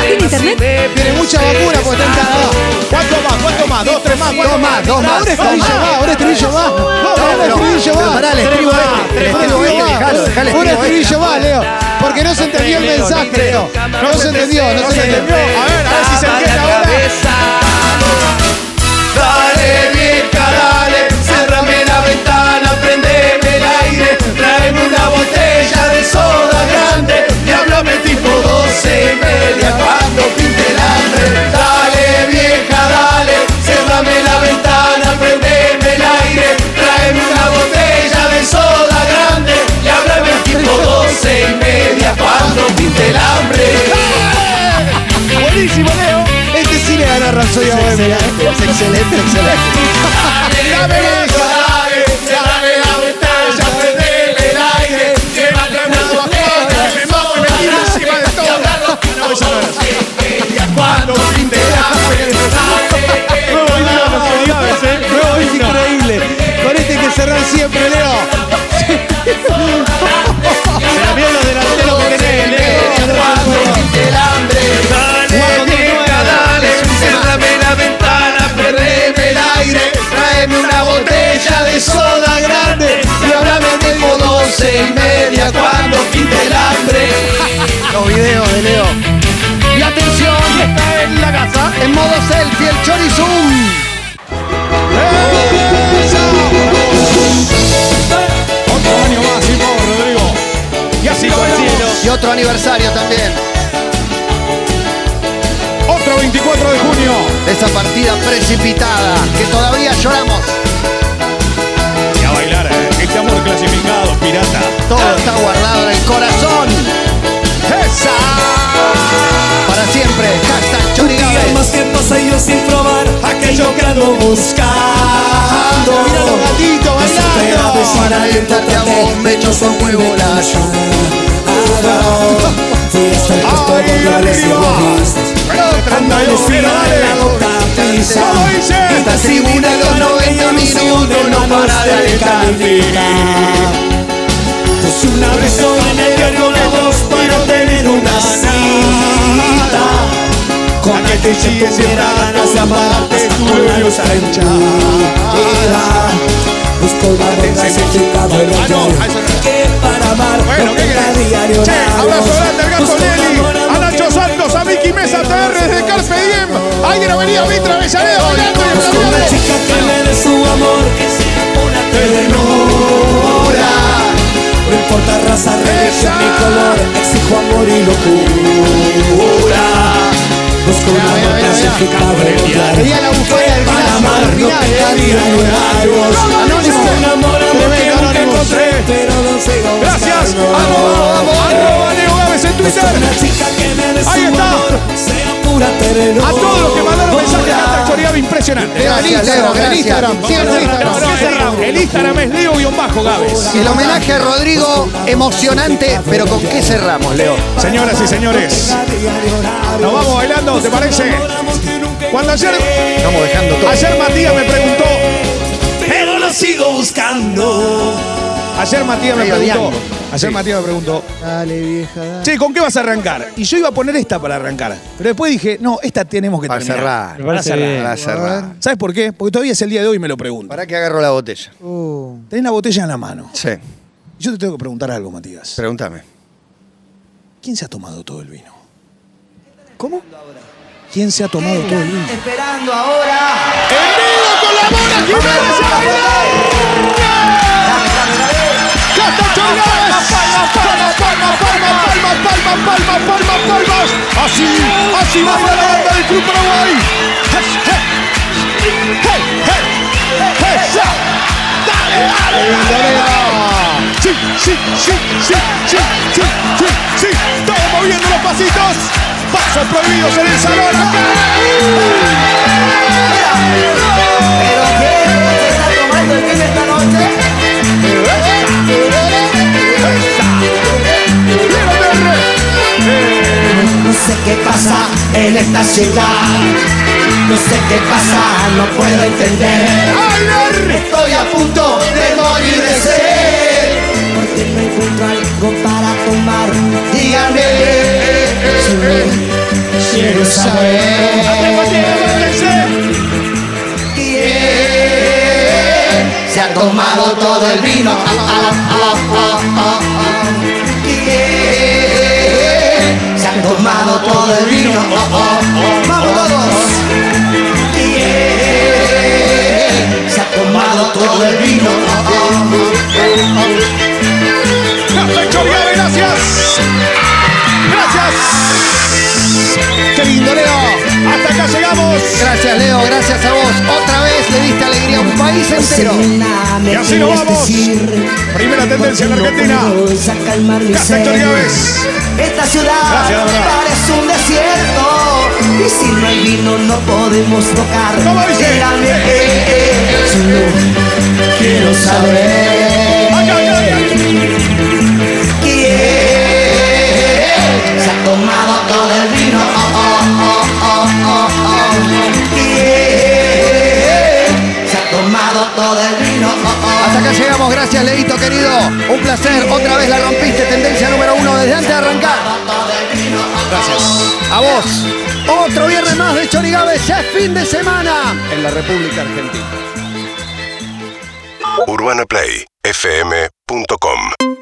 Speaker 17: ¿Tiene internet?
Speaker 6: Tiene mucha vacuna porque está en Canadá.
Speaker 7: ¿Cuánto más? ¿Cuánto más? ¿Dos, tres más? ¿Cuánto
Speaker 4: Dos más, dos más.
Speaker 6: Ahora estribillo va, ahora estribillo va. Ahora
Speaker 4: Pero-
Speaker 6: estribillo
Speaker 4: pero
Speaker 6: va.
Speaker 4: pará, el estribo este, el estribo este, dejalo, dejalo el
Speaker 6: Un
Speaker 4: estribo este.
Speaker 6: estribillo va, Leo. Porque no se entendió el mensaje, Leo. No se entendió, no se entendió.
Speaker 7: A ver, a ver si se entiende
Speaker 2: la
Speaker 7: ahora.
Speaker 2: cabeza. Dale, vieja, dale, cerrame la ventana, prendeme el aire, tráeme una botella de soda grande y háblame tipo 12 y media cuando pinte el hambre. Dale, vieja, dale, cerrame la ventana, prendeme el aire, tráeme una botella de soda grande y háblame tipo 12 y media cuando pinte el hambre.
Speaker 7: Buenísimo, Leo.
Speaker 6: Este sí le ganó a Rapsodia Bohemia.
Speaker 4: Es excelente, excelente.
Speaker 2: Dame eso, dale, cerrame la ventana, prendeme el aire, llévate una botella, me mamo y me tiro encima de todo. No, eso no era así. Cuando pinte la ventana,
Speaker 18: Nuevo himno de los Chori Gaves, ¿eh? Nuevo
Speaker 6: Es
Speaker 18: himno.
Speaker 6: increíble. Con este hay que cerrar siempre, Leo. En modo selfie, el Chorizum.
Speaker 7: Otro año más y por Rodrigo. Y así va el cielo.
Speaker 6: Y otro aniversario también.
Speaker 7: Otro 24 de junio.
Speaker 6: Esa partida precipitada que todavía lloramos.
Speaker 7: Y a bailar, eh. Este amor clasificado, pirata.
Speaker 6: Todo está guardado en el corazón.
Speaker 7: ¡Esa!
Speaker 6: Para siempre. Hashtag
Speaker 2: Hay
Speaker 6: Chorigabe.
Speaker 2: más que pasa yo sin probar aquello que ando buscando.
Speaker 6: Míralo, gatito, bailando.
Speaker 2: Para alentarte a vos, me echó su huevo la llamada. Fui hasta el puesto contra les Andalucía la boca pisa. Esta tribuna los 90 minutos no para de cantar. Pues una vez en el cargo la voz para tener una cita Con aquel que sigue siempre ganas de amarte con la luz anchada Busco una roca significado en
Speaker 7: Ah,
Speaker 2: el dolor Que para amar
Speaker 7: Bueno, ¿qué
Speaker 2: contenta
Speaker 7: querés?
Speaker 2: diario
Speaker 7: Che,
Speaker 2: la
Speaker 7: abrazo
Speaker 2: voz.
Speaker 7: grande al gato
Speaker 2: Busco un
Speaker 7: Nelly,
Speaker 2: amor
Speaker 7: a Nacho Santos, a Vicky Mesa TR desde Carpe Diem. Alguien ha venido a Mitra Avellaneda bailando y
Speaker 2: Busco una
Speaker 7: aplaudiendo.
Speaker 2: chica que me dé su amor Que sea una telenovela No importa raza, religión ni color Exijo amor y locura Busco un amor clasificado
Speaker 6: Ella la buscó en el
Speaker 2: Para amar no
Speaker 6: final.
Speaker 2: quedaría lugares
Speaker 6: Anónimo.
Speaker 2: Busco un amor amor que
Speaker 7: Tremendo,
Speaker 2: nunca
Speaker 7: Anónimo.
Speaker 2: encontré Pero no sé cómo
Speaker 7: Gracias.
Speaker 2: buscarlo.
Speaker 7: Arroba, arroba Leo Gávez en
Speaker 2: Busco
Speaker 7: Twitter.
Speaker 2: una chica que me dé su
Speaker 7: Ahí está.
Speaker 2: amor Sea pura telenovela
Speaker 7: A todos los que mandaron mensajes
Speaker 2: Ahora.
Speaker 7: a Chorigabe, impresionante.
Speaker 6: Gracias, Leo,
Speaker 7: En
Speaker 6: gracias.
Speaker 7: Instagram.
Speaker 6: Síganos en Instagram.
Speaker 7: No, no, el- El Instagram es Leo-Gávez.
Speaker 6: El homenaje a Rodrigo, emocionante, pero ¿con qué cerramos, Leo?
Speaker 7: Señoras y señores, nos vamos bailando, ¿te parece? Cuando ayer,
Speaker 6: Estamos dejando
Speaker 4: Eh.
Speaker 6: todo.
Speaker 7: ayer Matías me preguntó,
Speaker 2: Pero lo sigo buscando
Speaker 7: ayer Matías me
Speaker 6: Medio
Speaker 7: preguntó,
Speaker 6: diango.
Speaker 7: ayer Matías me preguntó,
Speaker 22: Dale, vieja. dale.
Speaker 7: che, ¿con qué vas a arrancar? Y yo iba a poner esta para arrancar, pero después dije, no, esta tenemos que
Speaker 6: Para
Speaker 7: terminar.
Speaker 6: cerrar.
Speaker 4: Me parece
Speaker 7: cerrar.
Speaker 4: bien.
Speaker 6: Para cerrar.
Speaker 7: ¿Sabes por qué? Porque todavía es el día de hoy y me lo pregunto.
Speaker 6: ¿Para que agarro la botella?
Speaker 22: Oh.
Speaker 7: Tenés la botella en la mano.
Speaker 6: Sí.
Speaker 7: Yo te tengo que preguntar algo, Matías.
Speaker 6: Pregúntame.
Speaker 7: ¿Quién se ha tomado todo el vino? ¿Cómo? ¿Quién se ha tomado todo el vino?
Speaker 17: Esperando ahora.
Speaker 7: con la Mona Jiménez a bailar! ¡Cata Chorgares! Palmas, palmas, palmas, palmas, palmas, palmas, palmas, palmas. Así, así baila la banda del Club Paraguay. Hey, hey, hey, hey, hey, ya. Dale, dale, dale, dale. Sí, sí, sí, sí, sí, sí, sí, sí. Todos moviendo los pasitos. Pasos prohibidos en el salón acá.
Speaker 2: No sé qué pasa en esta ciudad. No sé qué pasa, no puedo entender. Estoy a punto de morir de sed. Porque no encuentro algo para tomar. Dígame. sí, Quiero saber. ¿Quién se ha tomado todo el vino? Ah, ah, ah, ah, ah, ah. ¿Quién se ha tomado todo el vino? Oh, oh, oh. ¡Vamos todos! ¿Quién se ha tomado todo el vino? Oh, oh, oh, oh.
Speaker 7: Café Chorgave, gracias. Gracias. Qué lindo, Leo. Hasta acá llegamos.
Speaker 6: Gracias, Leo, gracias a vos. Otra vez le diste alegría a un país entero.
Speaker 7: Y
Speaker 2: Y
Speaker 7: así nos vamos. Primera tendencia en Argentina. Casa Héctor Gávez.
Speaker 2: Esta ciudad
Speaker 7: Gracias, la verdad.
Speaker 2: parece un desierto. Y si no hay vino, no podemos tocar.
Speaker 7: ¿Cómo dice?
Speaker 2: Dígame, eh, eh, si no, quiero saber
Speaker 7: Acá, acá, acá.
Speaker 2: quién se ha tomado todo el vino. Oh, oh, oh, oh, oh, oh. ¿Quién se ha tomado todo el vino. Oh, oh.
Speaker 6: Hasta acá llegamos, gracias Leito querido. Un placer, otra vez la rompiste, tendencia número uno desde antes de arrancar. Gracias. A vos. Otro viernes más de Chorigaves, es fin de semana en la República Argentina.
Speaker 5: UrbanaPlayFM.com